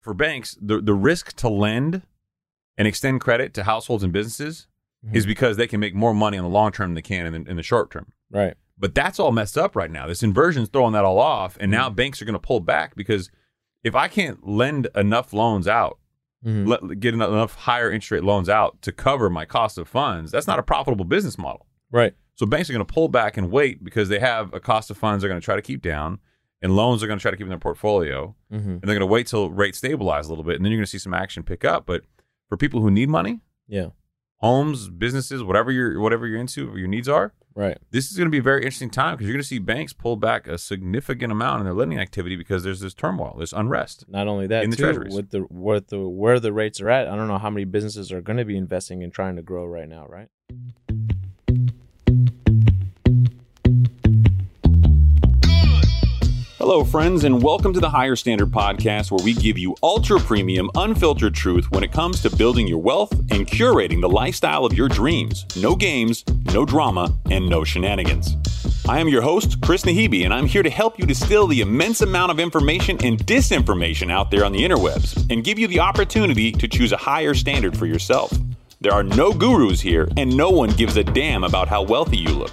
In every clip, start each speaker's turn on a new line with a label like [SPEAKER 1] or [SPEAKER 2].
[SPEAKER 1] for banks, the, the risk to lend and extend credit to households and businesses is because they can make more money in the long term than they can in the, in the short term.
[SPEAKER 2] Right.
[SPEAKER 1] But that's all messed up right now. This inversion's throwing that all off, and now banks are going to pull back because if I can't lend enough loans out,
[SPEAKER 2] Mhm.
[SPEAKER 1] let, get enough- enough higher interest rate loans out to cover my cost of funds, that's not a profitable business model.
[SPEAKER 2] Right.
[SPEAKER 1] So banks are going to pull back and wait because they have a cost of funds they're going to try to keep down, and loans are going to try to keep in their portfolio,
[SPEAKER 2] Mm-hmm.
[SPEAKER 1] and they're going to wait till rates stabilize a little bit, and then you're going to see some action pick up. But for people who need money,
[SPEAKER 2] Yeah.
[SPEAKER 1] homes, businesses, whatever you're whatever you're into, or your needs are,
[SPEAKER 2] Right.
[SPEAKER 1] this is going to be a very interesting time because you're going to see banks pull back a significant amount in their lending activity because there's this turmoil, there's unrest.
[SPEAKER 2] Not only that,
[SPEAKER 1] In the
[SPEAKER 2] too,
[SPEAKER 1] treasuries.
[SPEAKER 2] with the what the where the rates are at, I don't know how many businesses are going to be investing and trying to grow right now. Right.
[SPEAKER 1] Hello, friends, and welcome to the Higher Standard Podcast, where we give you ultra premium, unfiltered truth when it comes to building your wealth and curating the lifestyle of your dreams. No games, no drama, and no shenanigans. I am your host, Chris Nahibi, and I'm here to help you distill the immense amount of information and disinformation out there on the interwebs and give you the opportunity to choose a higher standard for yourself. There are no gurus here, and no one gives a damn about how wealthy you look.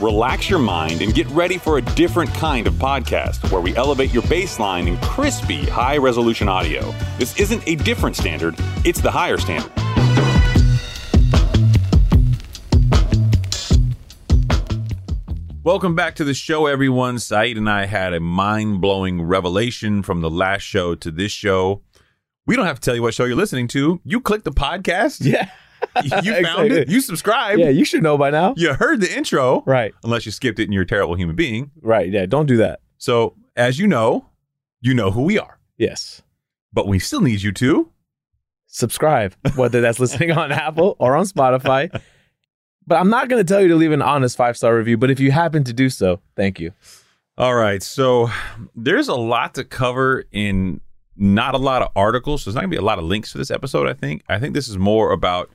[SPEAKER 1] Relax your mind and get ready for a different kind of podcast where we elevate your baseline in crispy, high resolution audio. This isn't a different standard, it's the higher standard. Welcome back to the show, everyone. Saeed and I had a mind blowing revelation from the last show to this show. We don't have to tell you what show you're listening to. You clicked the podcast,
[SPEAKER 2] Yeah.
[SPEAKER 1] you found it,
[SPEAKER 2] Exactly.
[SPEAKER 1] you subscribed,
[SPEAKER 2] Yeah. You should know by now.
[SPEAKER 1] you heard the intro
[SPEAKER 2] Right.
[SPEAKER 1] unless you skipped it and you're a terrible human being.
[SPEAKER 2] Right. Yeah. Don't do that.
[SPEAKER 1] So, as you know, you know who we are,
[SPEAKER 2] Yes.
[SPEAKER 1] but we still need you to.
[SPEAKER 2] Subscribe, whether that's listening on Apple or on Spotify. But I'm not going to tell you to leave an honest five star review. But if you happen to do so, thank you.
[SPEAKER 1] All right. So, there's a lot to cover in not a lot of articles. So, there's not going to be a lot of links for this episode, I think. I think this is more about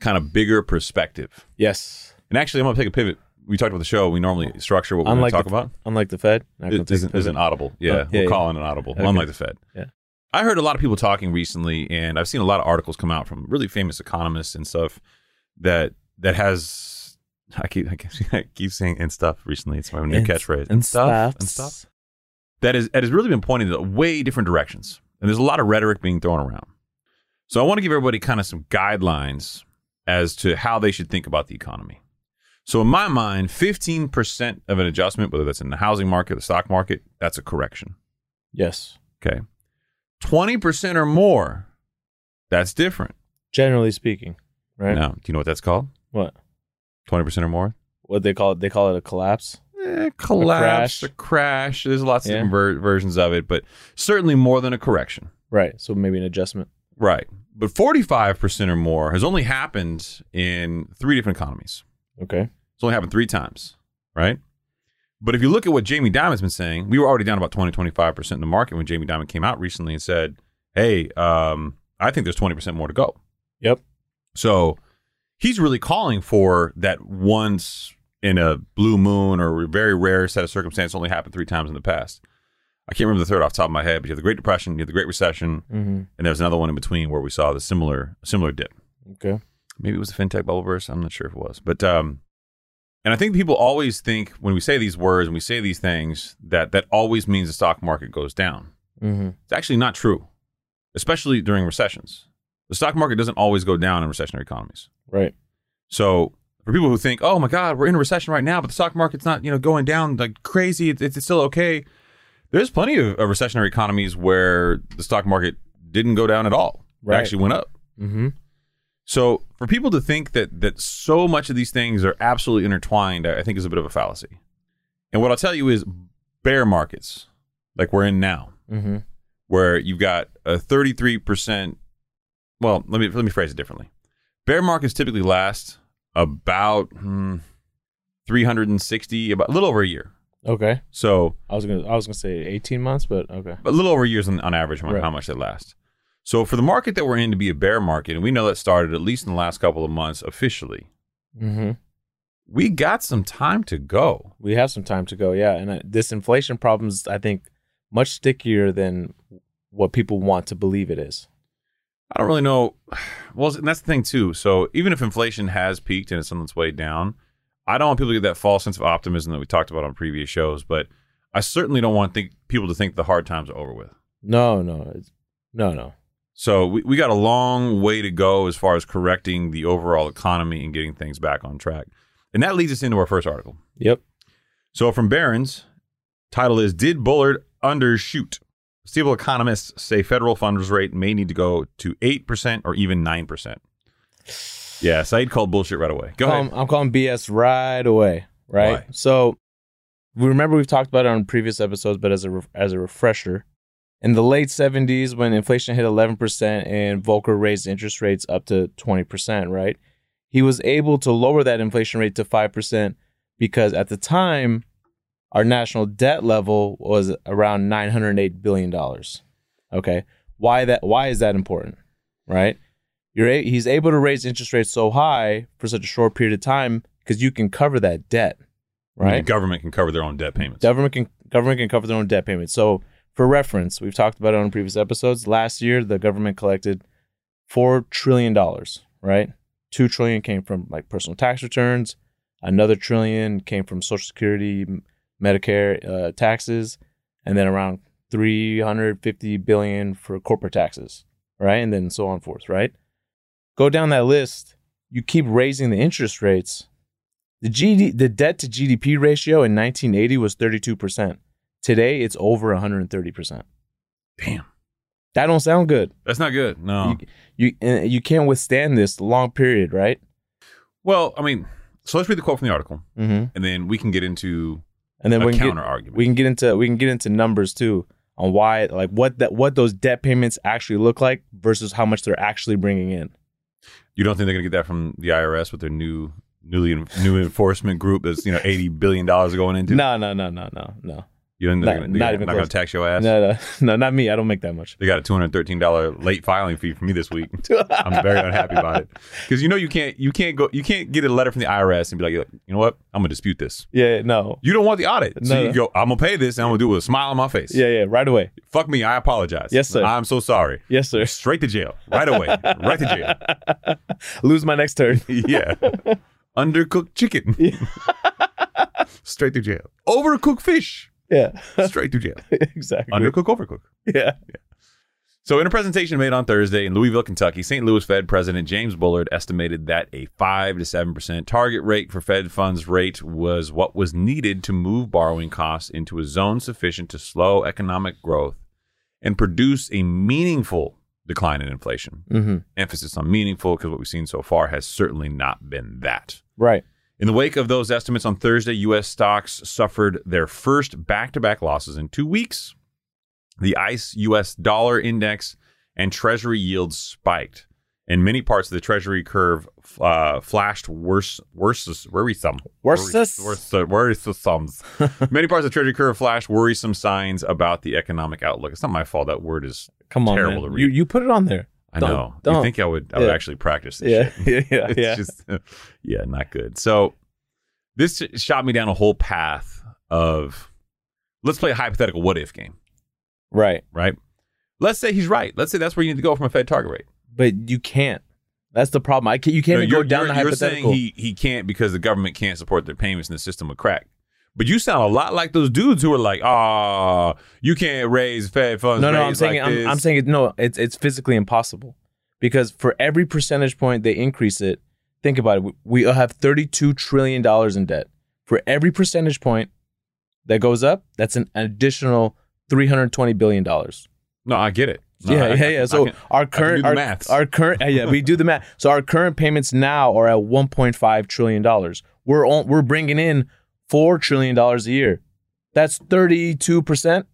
[SPEAKER 1] kind of bigger perspective.
[SPEAKER 2] Yes.
[SPEAKER 1] And actually, I'm going to take a pivot. We talked about the show. We normally structure what we're going
[SPEAKER 2] Unlike
[SPEAKER 1] to talk
[SPEAKER 2] the-
[SPEAKER 1] about.
[SPEAKER 2] Unlike the Fed, not gonna
[SPEAKER 1] It
[SPEAKER 2] take
[SPEAKER 1] isn't,
[SPEAKER 2] the
[SPEAKER 1] isn't
[SPEAKER 2] pivot.
[SPEAKER 1] audible. Yeah,
[SPEAKER 2] Oh, yeah,
[SPEAKER 1] we're
[SPEAKER 2] yeah.
[SPEAKER 1] calling it audible,
[SPEAKER 2] Okay.
[SPEAKER 1] unlike the Fed.
[SPEAKER 2] Yeah.
[SPEAKER 1] I heard a lot of people talking recently, and I've seen a lot of articles come out from really famous economists and stuff that that has. I keep I keep, I keep saying and stuff recently. It's my new
[SPEAKER 2] And-
[SPEAKER 1] catchphrase and, stuff and stuff that is that has really been pointing to way different directions, and there's a lot of rhetoric being thrown around. So I want to give everybody kind of some guidelines as to how they should think about the economy. So in my mind, 15% of an adjustment, whether that's in the housing market, the stock market, that's a correction.
[SPEAKER 2] Yes.
[SPEAKER 1] Okay. 20% or more, that's different.
[SPEAKER 2] Generally speaking, right?
[SPEAKER 1] Now, do you know what that's called?
[SPEAKER 2] What?
[SPEAKER 1] 20% or more?
[SPEAKER 2] What they call it? They call it a collapse.
[SPEAKER 1] Eh, collapse,
[SPEAKER 2] crash.
[SPEAKER 1] a crash. There's lots
[SPEAKER 2] Yeah.
[SPEAKER 1] of different ver- versions of it, but certainly more than a correction.
[SPEAKER 2] Right. So maybe an adjustment.
[SPEAKER 1] Right. But 45% or more has only happened in three different economies.
[SPEAKER 2] Okay.
[SPEAKER 1] It's only happened three times, right? But if you look at what Jamie Dimon's been saying, we were already down about 20, 25% in the market when Jamie Dimon came out recently and said, hey, um, I think there's 20% more to go.
[SPEAKER 2] Yep.
[SPEAKER 1] So he's really calling for that once in a blue moon or a very rare set of circumstance only happened three times in the past. I can't remember the third off the top of my head, but you have the Great Depression, you have the Great Recession,
[SPEAKER 2] Mm-hmm.
[SPEAKER 1] and there was another one in between where we saw the similar similar dip.
[SPEAKER 2] Okay.
[SPEAKER 1] Maybe it was the fintech bubble burst. I'm not sure if it was, but um, and I think people always think when we say these words and we say these things that that always means the stock market goes down.
[SPEAKER 2] Mm-hmm.
[SPEAKER 1] It's actually not true, especially during recessions. The stock market doesn't always go down in recessionary economies.
[SPEAKER 2] Right.
[SPEAKER 1] So for people who think, oh my God, we're in a recession right now, but the stock market's not, you know, going down like crazy. It's, it's still okay. There's plenty of, of recessionary economies where the stock market didn't go down at all.
[SPEAKER 2] Right.
[SPEAKER 1] It actually went up.
[SPEAKER 2] Mm-hmm.
[SPEAKER 1] So for people to think that that so much of these things are absolutely intertwined, I I think is a bit of a fallacy. And what I'll tell you is bear markets, like we're in now,
[SPEAKER 2] Mm-hmm.
[SPEAKER 1] where you've got a 33%. Well, let me let me phrase it differently. Bear markets typically last about hmm, 360, about a little over a year.
[SPEAKER 2] Okay.
[SPEAKER 1] So
[SPEAKER 2] I was gonna I was gonna say eighteen months, but okay.
[SPEAKER 1] a little over years on, on average on
[SPEAKER 2] Right.
[SPEAKER 1] how much they last. So for the market that we're in to be a bear market, and we know that started at least in the last couple of months officially,
[SPEAKER 2] Mm-hmm.
[SPEAKER 1] we got some time to go.
[SPEAKER 2] We have some time to go. Yeah, and uh, this inflation problem is, I think, much stickier than what people want to believe it is.
[SPEAKER 1] I don't really know. Well, and that's the thing too. So even if inflation has peaked and it's on its way down, I don't want people to get that false sense of optimism that we talked about on previous shows. But I certainly don't want think, people to think the hard times are over with.
[SPEAKER 2] No, no, it's, no, no.
[SPEAKER 1] So we, we got a long way to go as far as correcting the overall economy and getting things back on track. And that leads us into our first article.
[SPEAKER 2] Yep.
[SPEAKER 1] So from Barron's, title is Did Bullard Undershoot? Stable economists say federal funds rate may need to go to 8% or even 9%. Yeah, Said called bullshit right away. Go
[SPEAKER 2] Call-
[SPEAKER 1] ahead.
[SPEAKER 2] I'm calling BS right away. Right.
[SPEAKER 1] Why?
[SPEAKER 2] So we remember we've talked about it on previous episodes, but as a re- as a refresher, in the late 70s when inflation hit 11% and Volcker raised interest rates up to 20%, right? He was able to lower that inflation rate to 5% because at the time our national debt level was around 908 billion dollars. Okay? Why that why is that important? Right? You're a, he's able to raise interest rates so high for such a short period of time because you can cover that debt,
[SPEAKER 1] The
[SPEAKER 2] right?
[SPEAKER 1] government can cover their own debt payments.
[SPEAKER 2] Government can government can cover their own debt payments. So for reference, we've talked about it on previous episodes. Last year, the government collected four trillion dollars, right? Two trillion came from like personal tax returns. Another trillion came from Social Security, M- Medicare uh, taxes, and then around three hundred fifty billion for corporate taxes, right? And then so on and forth, right? Go down that list. You keep raising the interest rates. The GD, the debt to GDP ratio in 1980 was 32%. Today it's over 130%.
[SPEAKER 1] Damn.
[SPEAKER 2] That don't sound good.
[SPEAKER 1] That's not good. No.
[SPEAKER 2] You you, uh, you can't withstand this long period, right?
[SPEAKER 1] well, I mean, so let's read the quote from the article
[SPEAKER 2] Mm-hmm.
[SPEAKER 1] and then we can get into
[SPEAKER 2] And then
[SPEAKER 1] a
[SPEAKER 2] we can
[SPEAKER 1] counter
[SPEAKER 2] get,
[SPEAKER 1] argument.
[SPEAKER 2] we can get into we can get into numbers too on why like what that what those debt payments actually look like versus how much they're actually bringing in.
[SPEAKER 1] you don't think they're going to get that from the IRS with their new newly new enforcement group that's, you know, 80 billion dollars going into?
[SPEAKER 2] No, no, no, no, no, no,
[SPEAKER 1] You don't,
[SPEAKER 2] Not-
[SPEAKER 1] they're
[SPEAKER 2] not
[SPEAKER 1] going
[SPEAKER 2] even
[SPEAKER 1] to
[SPEAKER 2] close.
[SPEAKER 1] tax your ass?
[SPEAKER 2] no, no, no, not me. I don't make that much.
[SPEAKER 1] They got a two hundred thirteen dollar late filing fee for me this week. I'm very unhappy about it because you know you can't you can't go you can't get a letter from the IRS and be like you know what I'm gonna dispute this.
[SPEAKER 2] Yeah, no.
[SPEAKER 1] You don't want the audit, so
[SPEAKER 2] No.
[SPEAKER 1] you go I'm gonna pay this and I'm gonna do it with a smile on my face.
[SPEAKER 2] Yeah, yeah, right away.
[SPEAKER 1] Fuck me, I apologize.
[SPEAKER 2] Yes, sir.
[SPEAKER 1] I'm so sorry.
[SPEAKER 2] Yes, sir.
[SPEAKER 1] Straight to jail, right away, right to jail.
[SPEAKER 2] Lose my next turn.
[SPEAKER 1] Yeah, undercooked chicken. Straight to jail. Overcooked fish.
[SPEAKER 2] Yeah.
[SPEAKER 1] Straight to jail.
[SPEAKER 2] exactly.
[SPEAKER 1] Undercook, overcook.
[SPEAKER 2] yeah.
[SPEAKER 1] So, in a presentation made on Thursday in Louisville, Kentucky, St. Louis Fed President James Bullard estimated that a 5 to 7% target rate for Fed funds rate was what was needed to move borrowing costs into a zone sufficient to slow economic growth and produce a meaningful decline in inflation.
[SPEAKER 2] Mm-hmm.
[SPEAKER 1] Emphasis on meaningful because what we've seen so far has certainly not been that.
[SPEAKER 2] Right.
[SPEAKER 1] In the wake of those estimates on Thursday, U.S. stocks suffered their first back to back losses in two weeks. The ICE U.S. dollar index and Treasury yields spiked, and many parts of the Treasury curve uh, flashed worse, worse, worrisome,
[SPEAKER 2] Worses.
[SPEAKER 1] worse, worrisome. sums. many parts of the Treasury curve flashed worrisome signs about the economic outlook. It's not my fault. That word is.
[SPEAKER 2] Come on,
[SPEAKER 1] Terrible
[SPEAKER 2] man.
[SPEAKER 1] to
[SPEAKER 2] You
[SPEAKER 1] read.
[SPEAKER 2] you put it on there.
[SPEAKER 1] I
[SPEAKER 2] Don't-
[SPEAKER 1] know. You
[SPEAKER 2] don't.
[SPEAKER 1] think I would? I would
[SPEAKER 2] Yeah.
[SPEAKER 1] actually practice this.
[SPEAKER 2] Yeah, yeah, yeah,
[SPEAKER 1] it's
[SPEAKER 2] yeah.
[SPEAKER 1] just yeah not good so this shot me down a whole path of let's play a hypothetical what if game
[SPEAKER 2] right.
[SPEAKER 1] right let's say he's right let's say that's where you need to go from a fed target rate
[SPEAKER 2] But you can't. That's the problem. I can't, you can't
[SPEAKER 1] No,
[SPEAKER 2] even go down the hypothetical.
[SPEAKER 1] saying he, he can't because the government can't support their payments and the system would crack but you sound a lot like those dudes who are like ah you can't raise fed funds
[SPEAKER 2] no, no, I'm
[SPEAKER 1] raise
[SPEAKER 2] saying
[SPEAKER 1] like
[SPEAKER 2] I'm,
[SPEAKER 1] this."
[SPEAKER 2] I'm saying it, no. It's it's physically impossible because for every percentage point they increase it, think about it. We, we have 32 trillion dollars in debt. For every percentage point that goes up, that's an additional 320 billion dollars.
[SPEAKER 1] no i get it No,
[SPEAKER 2] yeah,
[SPEAKER 1] I-
[SPEAKER 2] yeah,
[SPEAKER 1] I-
[SPEAKER 2] yeah.
[SPEAKER 1] I
[SPEAKER 2] So
[SPEAKER 1] can-
[SPEAKER 2] our
[SPEAKER 1] can do
[SPEAKER 2] current,
[SPEAKER 1] the
[SPEAKER 2] our,
[SPEAKER 1] maths.
[SPEAKER 2] our current, yeah, we do the math. So our current payments now are at 1.5 trillion dollars. We're on, we're bringing in four trillion dollars a year. That's 32 percent.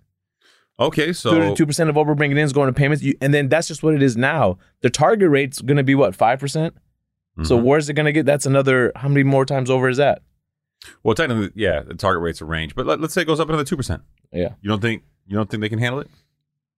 [SPEAKER 1] okay so
[SPEAKER 2] 32 percent of what we're bringing in is going to payments. You, and then that's just what it is now. The target rate's going to be what five percent. So
[SPEAKER 1] Mm-hmm.
[SPEAKER 3] Mhm.
[SPEAKER 2] where's it going to get? That's another. How many more times over is that?
[SPEAKER 3] well, technically, yeah, the target rate's a range, but let, let's say it goes up another two percent.
[SPEAKER 2] Yeah.
[SPEAKER 3] You don't think you don't think they can handle it?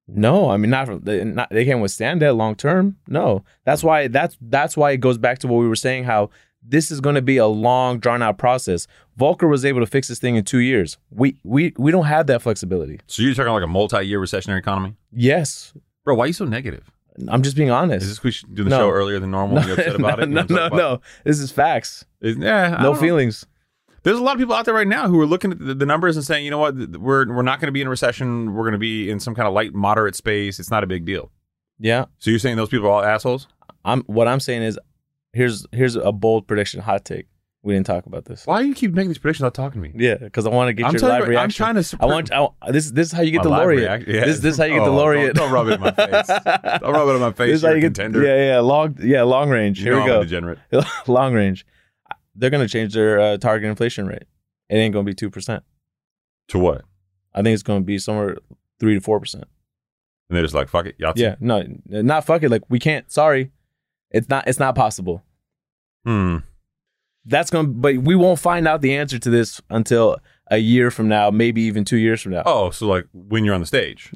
[SPEAKER 2] No, I mean not. from- They, not they can't withstand that long term. No, that's why that's that's why it goes back to what we were saying. How this is going to be a long, drawn out process. Volker was able to fix this thing in two years. We we we don't have that flexibility.
[SPEAKER 3] So you're talking like a multi-year recessionary economy,
[SPEAKER 2] Yes,
[SPEAKER 3] bro? Why are you so negative?
[SPEAKER 2] I'm just being honest.
[SPEAKER 3] Is this we should do the
[SPEAKER 2] No.
[SPEAKER 3] show earlier than normal?
[SPEAKER 2] no,
[SPEAKER 3] you upset about
[SPEAKER 2] no,
[SPEAKER 3] it? You
[SPEAKER 2] no,
[SPEAKER 3] wanna
[SPEAKER 2] no,
[SPEAKER 3] talk about
[SPEAKER 2] no. This is facts.
[SPEAKER 3] it? Is- Yeah, I
[SPEAKER 2] No
[SPEAKER 3] don't know.
[SPEAKER 2] feelings.
[SPEAKER 3] There's a lot of people out there right now who are looking at the, the numbers and saying, you know what, th- we're we're not going to be in a recession. We're going to be in some kind of light, moderate space. It's not a big deal.
[SPEAKER 2] Yeah,
[SPEAKER 3] So you're saying those people are all assholes?
[SPEAKER 2] I'm. What I'm saying is, here's here's a bold prediction, hot take. We didn't talk about this.
[SPEAKER 3] Why do you keep making these predictions without talking to me?
[SPEAKER 2] Yeah, because I want to get
[SPEAKER 3] I'm
[SPEAKER 2] your
[SPEAKER 3] telling you
[SPEAKER 2] live
[SPEAKER 3] right- I'm
[SPEAKER 2] reaction.
[SPEAKER 3] trying to. sup-
[SPEAKER 2] I want I, want- this. This is how you get
[SPEAKER 3] My
[SPEAKER 2] the
[SPEAKER 3] live
[SPEAKER 2] laureate.
[SPEAKER 3] react- yeah.
[SPEAKER 2] This this is how you get
[SPEAKER 3] Oh,
[SPEAKER 2] the
[SPEAKER 3] don't-
[SPEAKER 2] laureate.
[SPEAKER 3] don't rub it in my face. I'll rub it on my face.
[SPEAKER 2] This is how
[SPEAKER 3] you're a
[SPEAKER 2] you get-
[SPEAKER 3] contender.
[SPEAKER 2] Yeah, yeah. Long, yeah, long range.
[SPEAKER 3] You
[SPEAKER 2] Here
[SPEAKER 3] know
[SPEAKER 2] we
[SPEAKER 3] I'm a
[SPEAKER 2] go.
[SPEAKER 3] degenerate.
[SPEAKER 2] long range. They're gonna change their uh, target inflation rate. It ain't gonna be two percent.
[SPEAKER 3] To what?
[SPEAKER 2] I think it's gonna be somewhere three to four percent.
[SPEAKER 3] And they're just like, fuck it, Yahtzee.
[SPEAKER 2] Yeah, no, not fuck it. Like we can't. Sorry, it's not. It's not possible.
[SPEAKER 3] Hmm.
[SPEAKER 2] That's gonna. But we won't find out the answer to this until a year from now, maybe even two years from now,
[SPEAKER 3] Oh, so like when you're on the stage,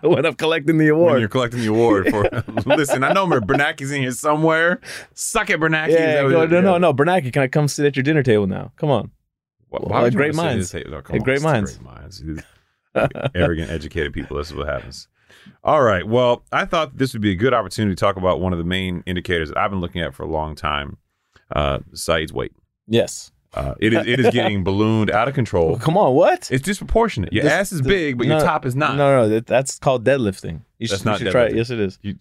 [SPEAKER 2] when I'm collecting the
[SPEAKER 3] when
[SPEAKER 2] award.
[SPEAKER 3] you're collecting the award for. Listen, I know Bernanke's in here somewhere. Suck it, Bernanke. Is
[SPEAKER 2] Yeah,
[SPEAKER 3] that what-
[SPEAKER 2] go, no,
[SPEAKER 3] yeah.
[SPEAKER 2] no, no, Bernanke, can I come sit at your dinner table now? Come on.
[SPEAKER 3] Why,
[SPEAKER 2] Well,
[SPEAKER 3] would you
[SPEAKER 2] great
[SPEAKER 3] wanna
[SPEAKER 2] minds.
[SPEAKER 3] say this? Oh, come
[SPEAKER 2] Hey,
[SPEAKER 3] on,
[SPEAKER 2] great
[SPEAKER 3] it's
[SPEAKER 2] minds.
[SPEAKER 3] Great minds. These Arrogant, educated people. This is what happens. All right. Well, I thought this would be a good opportunity to talk about one of the main indicators that I've been looking at for a long time. Uh, Saeed's weight.
[SPEAKER 2] Yes.
[SPEAKER 3] Uh, it is it is getting ballooned out of
[SPEAKER 2] Well,
[SPEAKER 3] control.
[SPEAKER 2] come on. What?
[SPEAKER 3] It's disproportionate. Your
[SPEAKER 2] This-
[SPEAKER 3] ass is
[SPEAKER 2] this-
[SPEAKER 3] big, but your
[SPEAKER 2] no,
[SPEAKER 3] top is not.
[SPEAKER 2] No, no, that, that's called deadlifting. You
[SPEAKER 3] That's
[SPEAKER 2] should,
[SPEAKER 3] not
[SPEAKER 2] you should try it.
[SPEAKER 3] deadlifting.
[SPEAKER 2] Yes, it is.
[SPEAKER 3] You-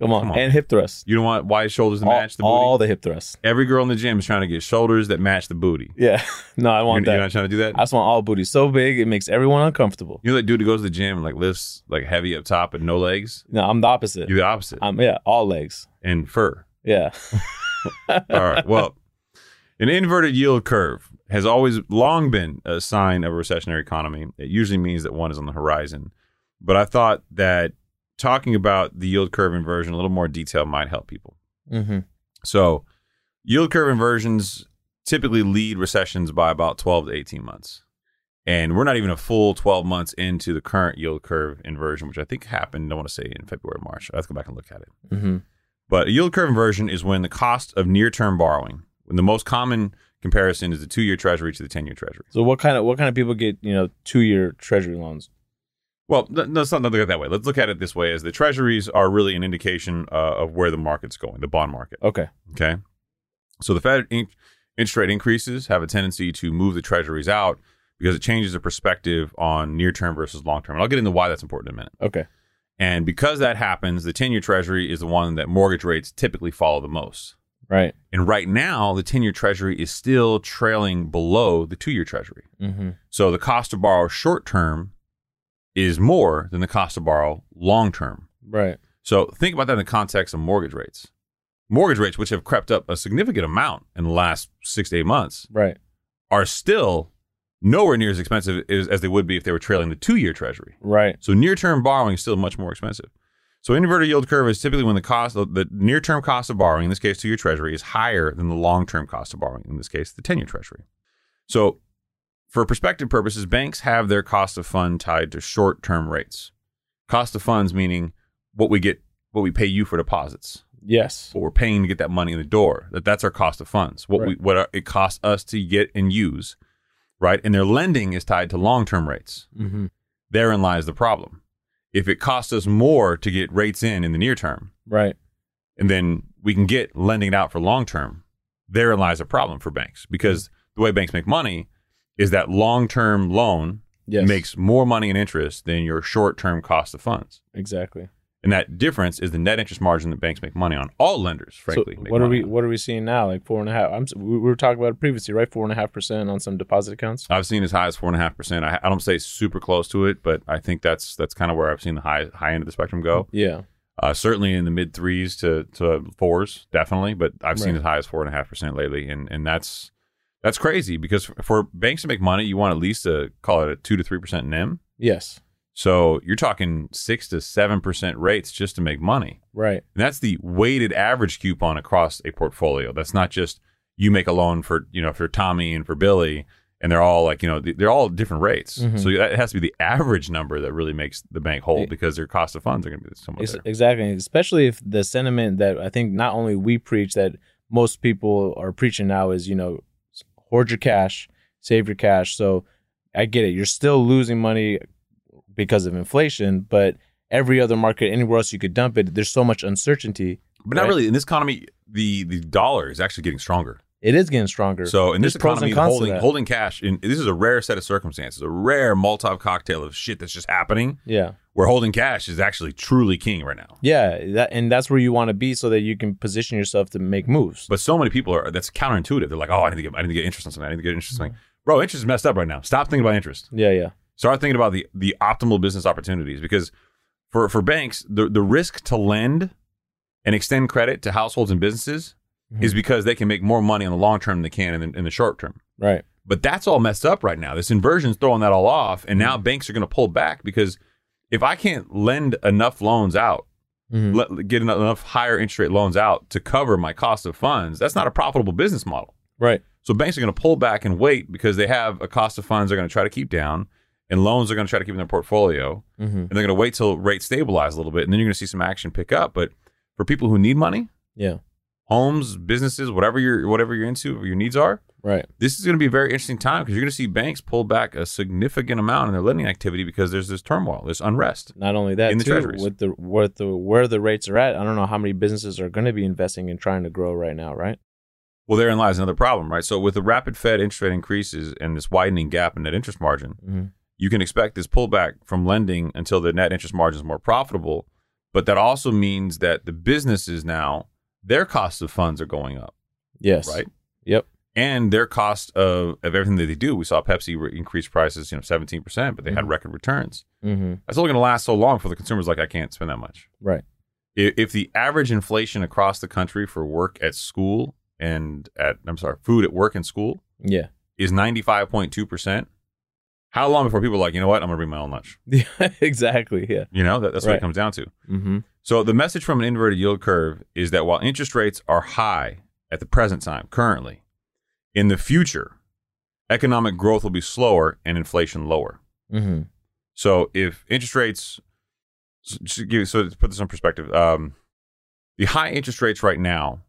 [SPEAKER 2] come, on.
[SPEAKER 3] come on.
[SPEAKER 2] and hip thrusts.
[SPEAKER 3] You don't want wide shoulders to
[SPEAKER 2] all,
[SPEAKER 3] match the booty.
[SPEAKER 2] all the hip thrusts.
[SPEAKER 3] Every girl in the gym is trying to get shoulders that match the booty.
[SPEAKER 2] Yeah. no, I
[SPEAKER 3] You're,
[SPEAKER 2] want
[SPEAKER 3] you're
[SPEAKER 2] that.
[SPEAKER 3] not trying to do that.
[SPEAKER 2] I just want all booty so big it makes everyone uncomfortable.
[SPEAKER 3] You're that dude who goes to the gym and like lifts like heavy up top and no legs.
[SPEAKER 2] No, I'm the opposite.
[SPEAKER 3] You're the opposite
[SPEAKER 2] I'm yeah, all legs.
[SPEAKER 3] and fur.
[SPEAKER 2] Yeah.
[SPEAKER 3] All right. Well, an inverted yield curve has always long been a sign of a recessionary economy. It usually means that one is on the horizon. But I thought that talking about the yield curve inversion in a little more detail might help people.
[SPEAKER 2] hmm
[SPEAKER 3] So, yield curve inversions typically lead recessions by about 12 to 18 months. And we're not even a full 12 months into the current yield curve inversion, which I think happened, I want to say in February, March. I have to go back and look at it.
[SPEAKER 2] hmm
[SPEAKER 3] But a yield curve inversion is when the cost of near term borrowing, when the most common comparison is the two year treasury to the 10 year treasury.
[SPEAKER 2] So what kind of what kind of people get you know two year treasury loans?
[SPEAKER 3] Well, th- no, let's not look at it that way. Let's look at it this way as the treasuries are really an indication uh, of where the market's going, the bond market.
[SPEAKER 2] Okay.
[SPEAKER 3] Okay. So the Fed in- interest rate increases have a tendency to move the treasuries out because it changes the perspective on near term versus long term. And I'll get into why that's important in a minute.
[SPEAKER 2] Okay.
[SPEAKER 3] And because that happens, the 10 year treasury is the one that mortgage rates typically follow the most.
[SPEAKER 2] Right.
[SPEAKER 3] And right now, the 10 year treasury is still trailing below the two year treasury.
[SPEAKER 2] Mm-hmm.
[SPEAKER 3] So the cost to borrow short term is more than the cost to borrow long term.
[SPEAKER 2] Right.
[SPEAKER 3] So think about that in the context of mortgage rates. Mortgage rates, which have crept up a significant amount in the last six to eight months,
[SPEAKER 2] Right.
[SPEAKER 3] are still nowhere near as expensive as, as they would be if they were trailing the two year treasury.
[SPEAKER 2] Right.
[SPEAKER 3] So near term borrowing is still much more expensive. So inverted yield curve is typically when the cost, the near term cost of borrowing, in this case, two year treasury, is higher than the long term cost of borrowing, in this case, the 10 year treasury. So for perspective purposes, banks have their cost of fund tied to short term rates. Cost of funds meaning what we get, what we pay you for deposits,
[SPEAKER 2] Yes.
[SPEAKER 3] what we're paying to get that money in the door. That that's our cost of funds. What we
[SPEAKER 2] Right.
[SPEAKER 3] what our, it costs us to get and use, right? And their lending is tied to long term rates
[SPEAKER 2] Mm-hmm.
[SPEAKER 3] therein lies the problem. If it costs us more to get rates in in the near term,
[SPEAKER 2] Right.
[SPEAKER 3] and then we can get lending it out for long term, therein lies a problem for banks because the way banks make money is that long term loan
[SPEAKER 2] Yes.
[SPEAKER 3] makes more money in interest than your short term cost of funds.
[SPEAKER 2] exactly.
[SPEAKER 3] And that difference is the net interest margin that banks make money on. All lenders, frankly.
[SPEAKER 2] so
[SPEAKER 3] make
[SPEAKER 2] what are
[SPEAKER 3] money
[SPEAKER 2] we
[SPEAKER 3] on.
[SPEAKER 2] what are we seeing now? Like four and a half. I'm s- we we were talking about it previously, right? Four and a half percent on some deposit accounts.
[SPEAKER 3] I've seen as high as four and a half percent. I I don't say super close to it, but I think that's that's kind of where I've seen the high high end of the spectrum go.
[SPEAKER 2] Yeah.
[SPEAKER 3] uh, certainly in the mid threes to, to fours, definitely. But I've seen
[SPEAKER 2] Right.
[SPEAKER 3] as high as four and a half percent lately, and and that's that's crazy because for banks to make money, you want at least a call it a two to three percent NIM.
[SPEAKER 2] Yes.
[SPEAKER 3] E So you're talking six to seven percent rates just to make money.
[SPEAKER 2] Right.
[SPEAKER 3] And that's the weighted average coupon across a portfolio. That's not just you make a loan for you know for Tommy and for Billy, and they're all like you know th- they're all different rates.
[SPEAKER 2] Mhm.
[SPEAKER 3] So that has to be the average number that really makes the bank whole
[SPEAKER 2] Yeah.
[SPEAKER 3] because their cost of funds are going to be somewhat
[SPEAKER 2] Ex-
[SPEAKER 3] there.
[SPEAKER 2] Exactly, especially if the sentiment that I think not only we preach that most people are preaching now is you know hoard your cash, save your cash. So I get it. You're still losing money because of inflation, but every other market anywhere else you could dump it, there's so much uncertainty.
[SPEAKER 3] But not
[SPEAKER 2] right?
[SPEAKER 3] really in this economy. The the dollar is actually getting stronger.
[SPEAKER 2] It is getting stronger.
[SPEAKER 3] So in this
[SPEAKER 2] There's pros and
[SPEAKER 3] economy,
[SPEAKER 2] cons to
[SPEAKER 3] holding
[SPEAKER 2] that.
[SPEAKER 3] holding cash, in, this is a rare set of circumstances, a rare Molotov cocktail of shit that's just happening.
[SPEAKER 2] yeah,
[SPEAKER 3] Where holding cash is actually truly king right now.
[SPEAKER 2] yeah, that, and that's where you want to be so that you can position yourself to make moves.
[SPEAKER 3] But so many people are that's counterintuitive. They're like, oh, I need to get I need to get interest on something. I need to get interest on something. Bro, interest is messed up right now. Stop thinking about interest.
[SPEAKER 2] yeah, yeah,
[SPEAKER 3] Start thinking about the the optimal business opportunities because for for banks, the the risk to lend and extend credit to households and businesses
[SPEAKER 2] Mhm.
[SPEAKER 3] is because they can make more money in the long term than they can in the, in the short term.
[SPEAKER 2] right.
[SPEAKER 3] But that's all messed up right now. This inversion's throwing that all off, and now banks are going to pull back because if I can't lend enough loans out,
[SPEAKER 2] Mhm.
[SPEAKER 3] let, get enough- enough higher interest rate loans out to cover my cost of funds, that's not a profitable business model.
[SPEAKER 2] Right.
[SPEAKER 3] So banks are going to pull back and wait because they have a cost of funds they're going to try to keep down, and loans they're going to try to keep in their portfolio,
[SPEAKER 2] Mm-hmm.
[SPEAKER 3] and they're going to wait till rates stabilize a little bit, and then you're going to see some action pick up. But for people who need money,
[SPEAKER 2] Yeah.
[SPEAKER 3] homes, businesses, whatever you're whatever you're into, or your needs are,
[SPEAKER 2] Right.
[SPEAKER 3] this is going to be a very interesting time because you're going to see banks pull back a significant amount in their lending activity because there's this turmoil, this unrest.
[SPEAKER 2] Not only that,
[SPEAKER 3] In the
[SPEAKER 2] too,
[SPEAKER 3] treasuries.
[SPEAKER 2] with the with the where the rates are at, I don't know how many businesses are going to be investing and trying to grow right now, right?
[SPEAKER 3] Well, therein lies another problem, right? So, with the rapid Fed interest rate increases and this widening gap in net interest margin,
[SPEAKER 2] Mm-hmm.
[SPEAKER 3] you can expect this pullback from lending until the net interest margin is more profitable. But that also means that the businesses now, their costs of funds are going up,
[SPEAKER 2] Yes.
[SPEAKER 3] right?
[SPEAKER 2] Yep.
[SPEAKER 3] And their cost of, of everything that they do. We saw Pepsi re- increase prices, you know, 17%, but they had
[SPEAKER 2] Mhm.
[SPEAKER 3] record returns.
[SPEAKER 2] Mm-hmm.
[SPEAKER 3] That's only going to last so long for the consumers like, I can't spend that much.
[SPEAKER 2] Right.
[SPEAKER 3] if, if the average inflation across the country for work at school and at I'm sorry, food at work and school
[SPEAKER 2] Yeah.
[SPEAKER 3] is 95.2 percent, how long before people are like, you know what, I'm gonna bring my own lunch?
[SPEAKER 2] exactly. Yeah.
[SPEAKER 3] You know, that, that's what it
[SPEAKER 2] Right.
[SPEAKER 3] comes down to.
[SPEAKER 2] Mm-hmm.
[SPEAKER 3] So the message from an inverted yield curve is that while interest rates are high at the present time, currently, in the future, economic growth will be slower and inflation lower.
[SPEAKER 2] Mm-hmm.
[SPEAKER 3] So if interest rates, so, just to give, so to put this in perspective, um, the high interest rates right now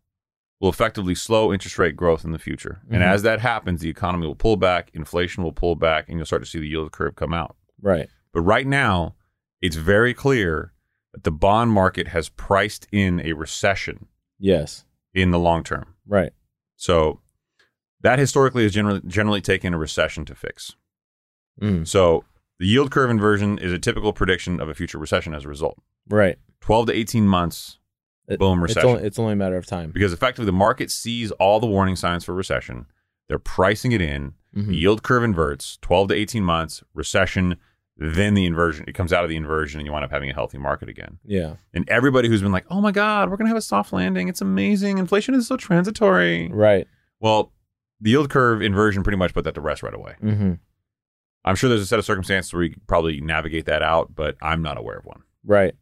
[SPEAKER 3] will effectively slow interest rate growth in the future. And
[SPEAKER 2] Mhm.
[SPEAKER 3] as that happens, the economy will pull back, inflation will pull back, and you'll start to see the yield curve come out.
[SPEAKER 2] Right.
[SPEAKER 3] But right now, it's very clear that the bond market has priced in a recession
[SPEAKER 2] Yes.
[SPEAKER 3] in the long term.
[SPEAKER 2] Right.
[SPEAKER 3] So that historically is generally generally taken a recession to fix.
[SPEAKER 2] Mm.
[SPEAKER 3] So the yield curve inversion is a typical prediction of a future recession as a result.
[SPEAKER 2] Right.
[SPEAKER 3] 12 to 18 months
[SPEAKER 2] It-
[SPEAKER 3] Boom,
[SPEAKER 2] It's
[SPEAKER 3] recession.
[SPEAKER 2] only, it's only a matter of time.
[SPEAKER 3] because effectively the market sees all the warning signs for recession. They're pricing it in.
[SPEAKER 2] Mhm.
[SPEAKER 3] The yield curve inverts 12 to 18 months, recession, then the inversion. It comes out of the inversion and you wind up having a healthy market again.
[SPEAKER 2] Yeah.
[SPEAKER 3] And everybody who's been like, oh my God, we're going to have a soft landing. It's amazing. Inflation is so transitory.
[SPEAKER 2] Right.
[SPEAKER 3] Well, the yield curve inversion pretty much put that to rest right away.
[SPEAKER 2] Mm-hmm.
[SPEAKER 3] I'm sure there's a set of circumstances where you could probably navigate that out, but I'm not aware of one.
[SPEAKER 2] Right.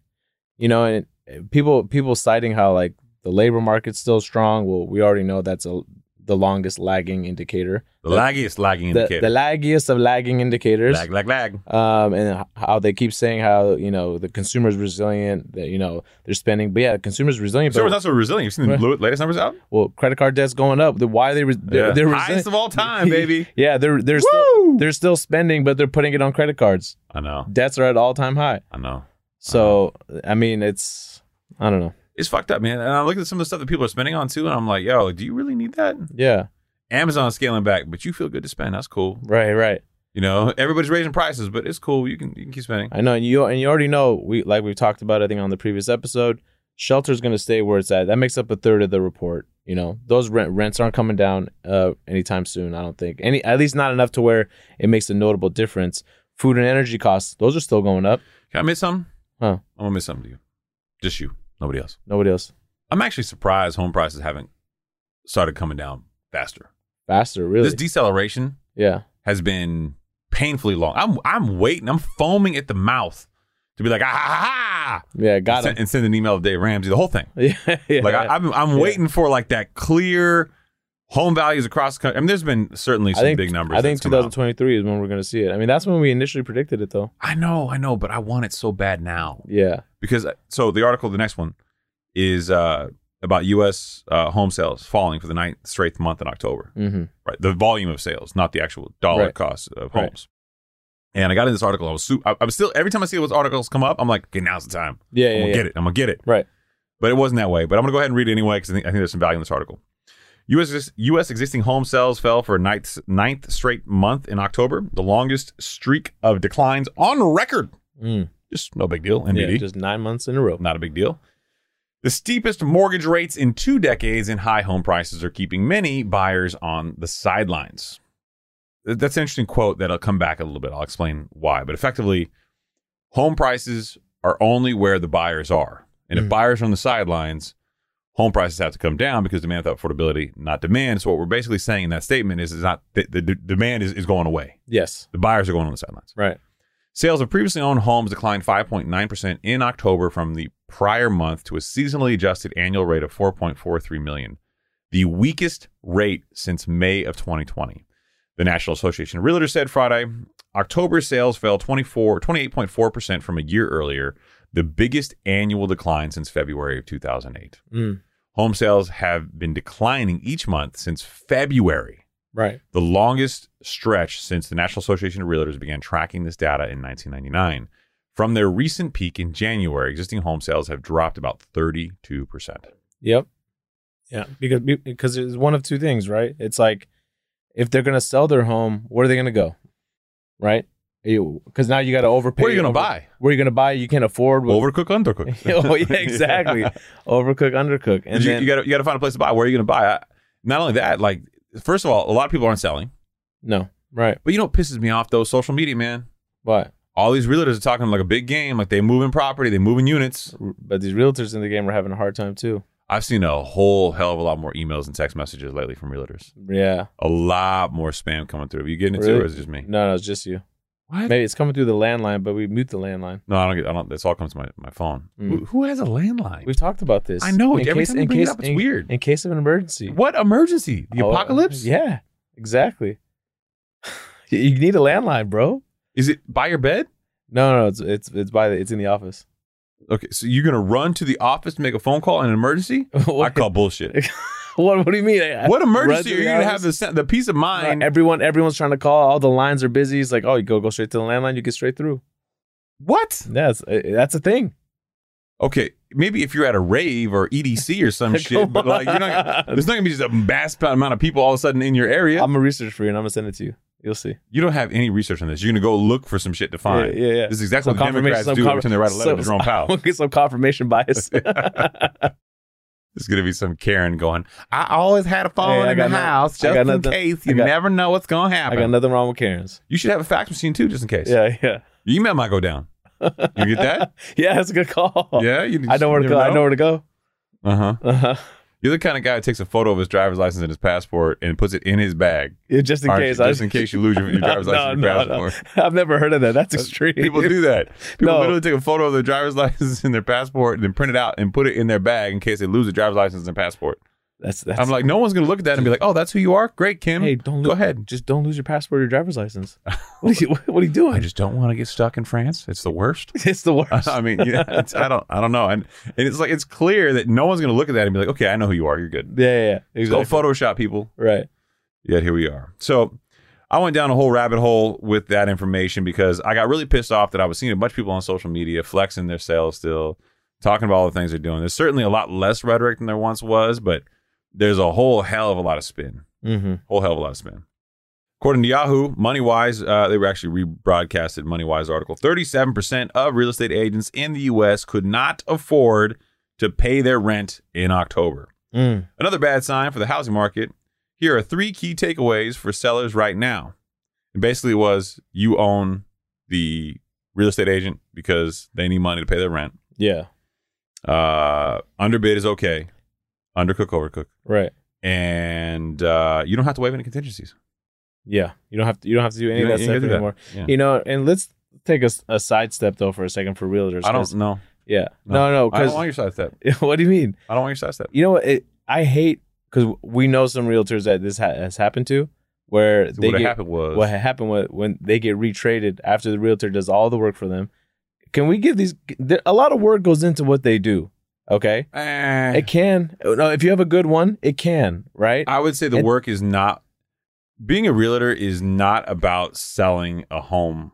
[SPEAKER 2] You know, and it- people people citing how like the labor market's still strong. Well, we already know that's a the longest lagging indicator.
[SPEAKER 3] The
[SPEAKER 2] The-
[SPEAKER 3] laggiest lagging
[SPEAKER 2] The,
[SPEAKER 3] indicator.
[SPEAKER 2] the laggiest of lagging indicators.
[SPEAKER 3] lag, lag, lag.
[SPEAKER 2] um, and h- how they keep saying how you know the consumer's resilient, that you know they're spending, but yeah, consumer's resilient.
[SPEAKER 3] So
[SPEAKER 2] But,
[SPEAKER 3] we're not so resilient. You've seen the
[SPEAKER 2] Right.
[SPEAKER 3] lo- latest numbers out?
[SPEAKER 2] well, credit card debt's going up. The- Why are they? Re- they're, they're
[SPEAKER 3] Highest
[SPEAKER 2] resilient.
[SPEAKER 3] of all time, baby.
[SPEAKER 2] Yeah, they're they're still,
[SPEAKER 3] Woo!
[SPEAKER 2] they're still spending, but they're putting it on credit cards.
[SPEAKER 3] I know.
[SPEAKER 2] Debts are at all time high.
[SPEAKER 3] I know.
[SPEAKER 2] So
[SPEAKER 3] Uh-huh.
[SPEAKER 2] I mean, it's I don't know.
[SPEAKER 3] It's fucked up, man. And I look at some of the stuff that people are spending on too, and I'm like, yo, do you really need that?
[SPEAKER 2] Yeah,
[SPEAKER 3] Amazon's scaling back, but you feel good to spend. That's cool.
[SPEAKER 2] right, right.
[SPEAKER 3] You know, everybody's raising prices, but it's cool. You can you can keep spending.
[SPEAKER 2] I know, and you and you already know we like we've talked about. I think on the previous episode, shelter's going to stay where it's at. That makes up a third of the report. You know, those rent rents aren't coming down uh, anytime soon. I don't think any, at least not enough to where it makes a notable difference. Food and energy costs; those are still going up.
[SPEAKER 3] Can I miss something?
[SPEAKER 2] Huh.
[SPEAKER 3] I'm gonna miss something to you. Just you. Nobody else.
[SPEAKER 2] Nobody else
[SPEAKER 3] I'm actually surprised home prices haven't started coming down faster.
[SPEAKER 2] faster, really.
[SPEAKER 3] This deceleration
[SPEAKER 2] yeah,
[SPEAKER 3] has been painfully long. I'm I'm waiting. I'm foaming at the mouth to be like ah ha, ha,
[SPEAKER 2] Yeah,
[SPEAKER 3] ha,"
[SPEAKER 2] got
[SPEAKER 3] and, send,
[SPEAKER 2] him.
[SPEAKER 3] and send an email to Dave Ramsey. The whole thing.
[SPEAKER 2] Yeah, yeah.
[SPEAKER 3] Like I, I'm I'm waiting for like that clear home values across. the country. I mean, there's been certainly
[SPEAKER 2] I
[SPEAKER 3] some
[SPEAKER 2] think
[SPEAKER 3] big numbers.
[SPEAKER 2] I think
[SPEAKER 3] that's come out.
[SPEAKER 2] 2023 is when we're gonna see it. I mean, that's when we initially predicted it, though.
[SPEAKER 3] I know, I know, but I want it so bad now
[SPEAKER 2] Yeah.
[SPEAKER 3] because uh, so the article, the next one, is uh, about U.S. Uh, home sales falling for the ninth straight month in October.
[SPEAKER 2] Mm-hmm.
[SPEAKER 3] right? The volume of sales, not the actual dollar
[SPEAKER 2] Right.
[SPEAKER 3] cost of
[SPEAKER 2] Right.
[SPEAKER 3] homes. And I got in this article. I was, su- I, I was still every time I see those articles come up, I'm like, okay, now's the time.
[SPEAKER 2] Yeah,
[SPEAKER 3] I'm
[SPEAKER 2] yeah,
[SPEAKER 3] gonna
[SPEAKER 2] yeah.
[SPEAKER 3] get it. I'm gonna get it.
[SPEAKER 2] Right.
[SPEAKER 3] But it wasn't that way. But I'm gonna go ahead and read it anyway because I think, I think there's some value in this article. U.S. ex- U.S. existing home sales fell for a ninth ninth straight month in October, the longest streak of declines on record.
[SPEAKER 2] Mm.
[SPEAKER 3] Just no big deal.
[SPEAKER 2] Yeah,
[SPEAKER 3] NBD
[SPEAKER 2] just nine months in a row.
[SPEAKER 3] not a big deal. The steepest mortgage rates in two decades and high home prices are keeping many buyers on the sidelines. Th- That's an interesting quote that'll come back a little bit. I'll explain why. But effectively, home prices are only where the buyers are. And if
[SPEAKER 2] Mm.
[SPEAKER 3] buyers are on the sidelines, home prices have to come down because demand without affordability, not demand. So what we're basically saying in that statement is, is not the, the, the demand is, is going away.
[SPEAKER 2] Yes.
[SPEAKER 3] The buyers are going on the sidelines.
[SPEAKER 2] Right.
[SPEAKER 3] Sales of previously owned homes declined 5.9% in October from the prior month to a seasonally adjusted annual rate of 4.43 million, the weakest rate since May of 2020. The National Association of Realtors said Friday, October sales fell 24 28.4% from a year earlier, the biggest annual decline since February of 2008.
[SPEAKER 2] Mm.
[SPEAKER 3] Home sales have been declining each month since February
[SPEAKER 2] Right.
[SPEAKER 3] the longest stretch since the National Association of Realtors began tracking this data in 1999. From their recent peak in January, existing home sales have dropped about 32%.
[SPEAKER 2] Yep. Yeah, because be- because it's one of two things, right? It's like if they're gonna sell their home, where are they gonna go? Right? Because now you got to overpay.
[SPEAKER 3] Where are you going to
[SPEAKER 2] over-
[SPEAKER 3] buy?
[SPEAKER 2] Where are you gonna buy? You can't afford. what-
[SPEAKER 3] Overcook, undercook.
[SPEAKER 2] oh yeah, exactly.
[SPEAKER 3] Yeah.
[SPEAKER 2] Overcook, undercook, and
[SPEAKER 3] you,
[SPEAKER 2] then
[SPEAKER 3] got to you got to find a place to buy. Where are you going to buy? I, not only that, like first of all, a lot of people aren't selling.
[SPEAKER 2] no, right?
[SPEAKER 3] But you know what pisses me off though? Social media, man.
[SPEAKER 2] But
[SPEAKER 3] All these realtors are talking like a big game, like they move in property, they move in units.
[SPEAKER 2] but these realtors in the game are having a hard time too.
[SPEAKER 3] I've seen a whole hell of a lot more emails and text messages lately from realtors.
[SPEAKER 2] Yeah,
[SPEAKER 3] a lot more spam coming through. Are you getting it too,
[SPEAKER 2] Really?
[SPEAKER 3] or is it just me?
[SPEAKER 2] no, no, it's just you.
[SPEAKER 3] What?
[SPEAKER 2] Maybe it's coming through the landline, but we mute the landline.
[SPEAKER 3] No, I don't get. I don't. This all comes to my, my phone.
[SPEAKER 2] Mm.
[SPEAKER 3] Who, who has a landline?
[SPEAKER 2] We've talked about this.
[SPEAKER 3] I know. Every time you bring it up, it's
[SPEAKER 2] in-
[SPEAKER 3] weird.
[SPEAKER 2] In case of an emergency,
[SPEAKER 3] what emergency? The
[SPEAKER 2] Oh,
[SPEAKER 3] apocalypse?
[SPEAKER 2] Yeah, exactly. you you need a landline, bro.
[SPEAKER 3] Is it by your bed?
[SPEAKER 2] No, no, it's it's it's by the, it's in the office.
[SPEAKER 3] Okay, so you're gonna run to the office to make a phone call in an emergency? I
[SPEAKER 2] what,
[SPEAKER 3] call bullshit.
[SPEAKER 2] what what do you mean? I- I-
[SPEAKER 3] what
[SPEAKER 2] Run to
[SPEAKER 3] emergency are
[SPEAKER 2] the
[SPEAKER 3] you gonna have
[SPEAKER 2] office? Uh,
[SPEAKER 3] the sen- the peace of mind?
[SPEAKER 2] Everyone everyone's trying to call. All the lines are busy. It's like, oh, you go go straight to the landline. You get straight through.
[SPEAKER 3] What?
[SPEAKER 2] Yeah, it's, uh, that's a thing.
[SPEAKER 3] Okay, maybe if you're at a rave or EDC or some
[SPEAKER 2] Come
[SPEAKER 3] shit, but like you're not.
[SPEAKER 2] on. Uh,
[SPEAKER 3] There's not gonna be just a vast amount of people all of a sudden in your area.
[SPEAKER 2] I'm a research for you, and I'm gonna send it to you. You'll see.
[SPEAKER 3] you don't have any research on this. You're gonna go look for some shit to find.
[SPEAKER 2] Yeah, yeah. yeah.
[SPEAKER 3] This is exactly what the Democrats do every time they write a letter to Jerome Powell.
[SPEAKER 2] We'll get some confirmation bias.
[SPEAKER 3] There's gonna be some Karen going. I always had a
[SPEAKER 2] Hey,
[SPEAKER 3] phone
[SPEAKER 2] I
[SPEAKER 3] in the
[SPEAKER 2] got no- I
[SPEAKER 3] house just
[SPEAKER 2] got
[SPEAKER 3] in
[SPEAKER 2] nothing-
[SPEAKER 3] case.
[SPEAKER 2] I
[SPEAKER 3] You
[SPEAKER 2] got-
[SPEAKER 3] never know what's gonna
[SPEAKER 2] I
[SPEAKER 3] happen.
[SPEAKER 2] got nothing wrong with Karens.
[SPEAKER 3] you should have a fax machine too, just in case.
[SPEAKER 2] Yeah, yeah,
[SPEAKER 3] Your email might go down. You get that?
[SPEAKER 2] yeah. That's a good call.
[SPEAKER 3] yeah. You,
[SPEAKER 2] I know where to go. I know where to go.
[SPEAKER 3] Uh huh.
[SPEAKER 2] Uh-huh.
[SPEAKER 3] You're the kind of guy who takes a photo of his driver's license and his passport and puts it in his bag,
[SPEAKER 2] Yeah, just in
[SPEAKER 3] Aren't you?
[SPEAKER 2] case.
[SPEAKER 3] just in case you lose your, your driver's license and your passport.
[SPEAKER 2] no. I've never heard of that. That's extreme.
[SPEAKER 3] Uh, People do that. People
[SPEAKER 2] No.
[SPEAKER 3] literally take a photo of their driver's license and their passport, and then print it out and put it in their bag in case they lose their driver's license and their passport.
[SPEAKER 2] That's that's.
[SPEAKER 3] I'm like, no one's gonna look at that and be like, "Oh, that's who you are." Great, Kim.
[SPEAKER 2] hey, don't
[SPEAKER 3] go
[SPEAKER 2] lo-
[SPEAKER 3] ahead.
[SPEAKER 2] Just don't lose your passport or your driver's license. what, are you, what are you doing?
[SPEAKER 3] I just don't want to get stuck in France. It's the worst.
[SPEAKER 2] it's the worst.
[SPEAKER 3] I mean, yeah, it's, I don't, I don't know, and, and it's like it's clear that no one's going to look at that and be like, okay, I know who you are. You're good.
[SPEAKER 2] yeah, yeah, yeah.
[SPEAKER 3] Go
[SPEAKER 2] Exactly.
[SPEAKER 3] Photoshop people.
[SPEAKER 2] right.
[SPEAKER 3] Yet here we are. So I went down a whole rabbit hole with that information because I got really pissed off that I was seeing a bunch of people on social media flexing their sales still, talking about all the things they're doing. There's certainly a lot less rhetoric than there once was, but there's a whole hell of a lot of spin
[SPEAKER 2] Mm-hmm.
[SPEAKER 3] whole hell of a lot of spin. According to Yahoo, MoneyWise, uh, they were actually rebroadcasted MoneyWise article. Thirty-seven percent of real estate agents in the U.S. could not afford to pay their rent in October.
[SPEAKER 2] Mm.
[SPEAKER 3] Another bad sign for the housing market. Here are three key takeaways for sellers right now. And basically, it was you own the real estate agent because they need money to pay their rent.
[SPEAKER 2] Yeah.
[SPEAKER 3] Uh, underbid is okay. Undercook, overcook,
[SPEAKER 2] Right.
[SPEAKER 3] and uh, you don't have to waive any contingencies.
[SPEAKER 2] Yeah, you don't have to. You don't have to do any of
[SPEAKER 3] You
[SPEAKER 2] that
[SPEAKER 3] don't- you don't
[SPEAKER 2] stuff
[SPEAKER 3] do that.
[SPEAKER 2] anymore.
[SPEAKER 3] Yeah.
[SPEAKER 2] You know, and let's take a, s- a sidestep though for a second for realtors.
[SPEAKER 3] I
[SPEAKER 2] 'cause-
[SPEAKER 3] don't know.
[SPEAKER 2] Yeah. No,
[SPEAKER 3] No.
[SPEAKER 2] no.
[SPEAKER 3] I don't
[SPEAKER 2] Because
[SPEAKER 3] want your side step.
[SPEAKER 2] what do you mean?
[SPEAKER 3] I don't want your side step.
[SPEAKER 2] You know what? It, I hate because we know some realtors that this ha- has happened to where
[SPEAKER 3] So
[SPEAKER 2] they
[SPEAKER 3] what
[SPEAKER 2] get
[SPEAKER 3] happened was
[SPEAKER 2] what had happened was when they get retraded after the realtor does all the work for them. Can we give these? There, a lot of work goes into what they do. Okay,
[SPEAKER 3] Eh,
[SPEAKER 2] it can. No, if you have a good one, it can. Right?
[SPEAKER 3] I would say the
[SPEAKER 2] it-
[SPEAKER 3] work is not being a realtor is not about selling a home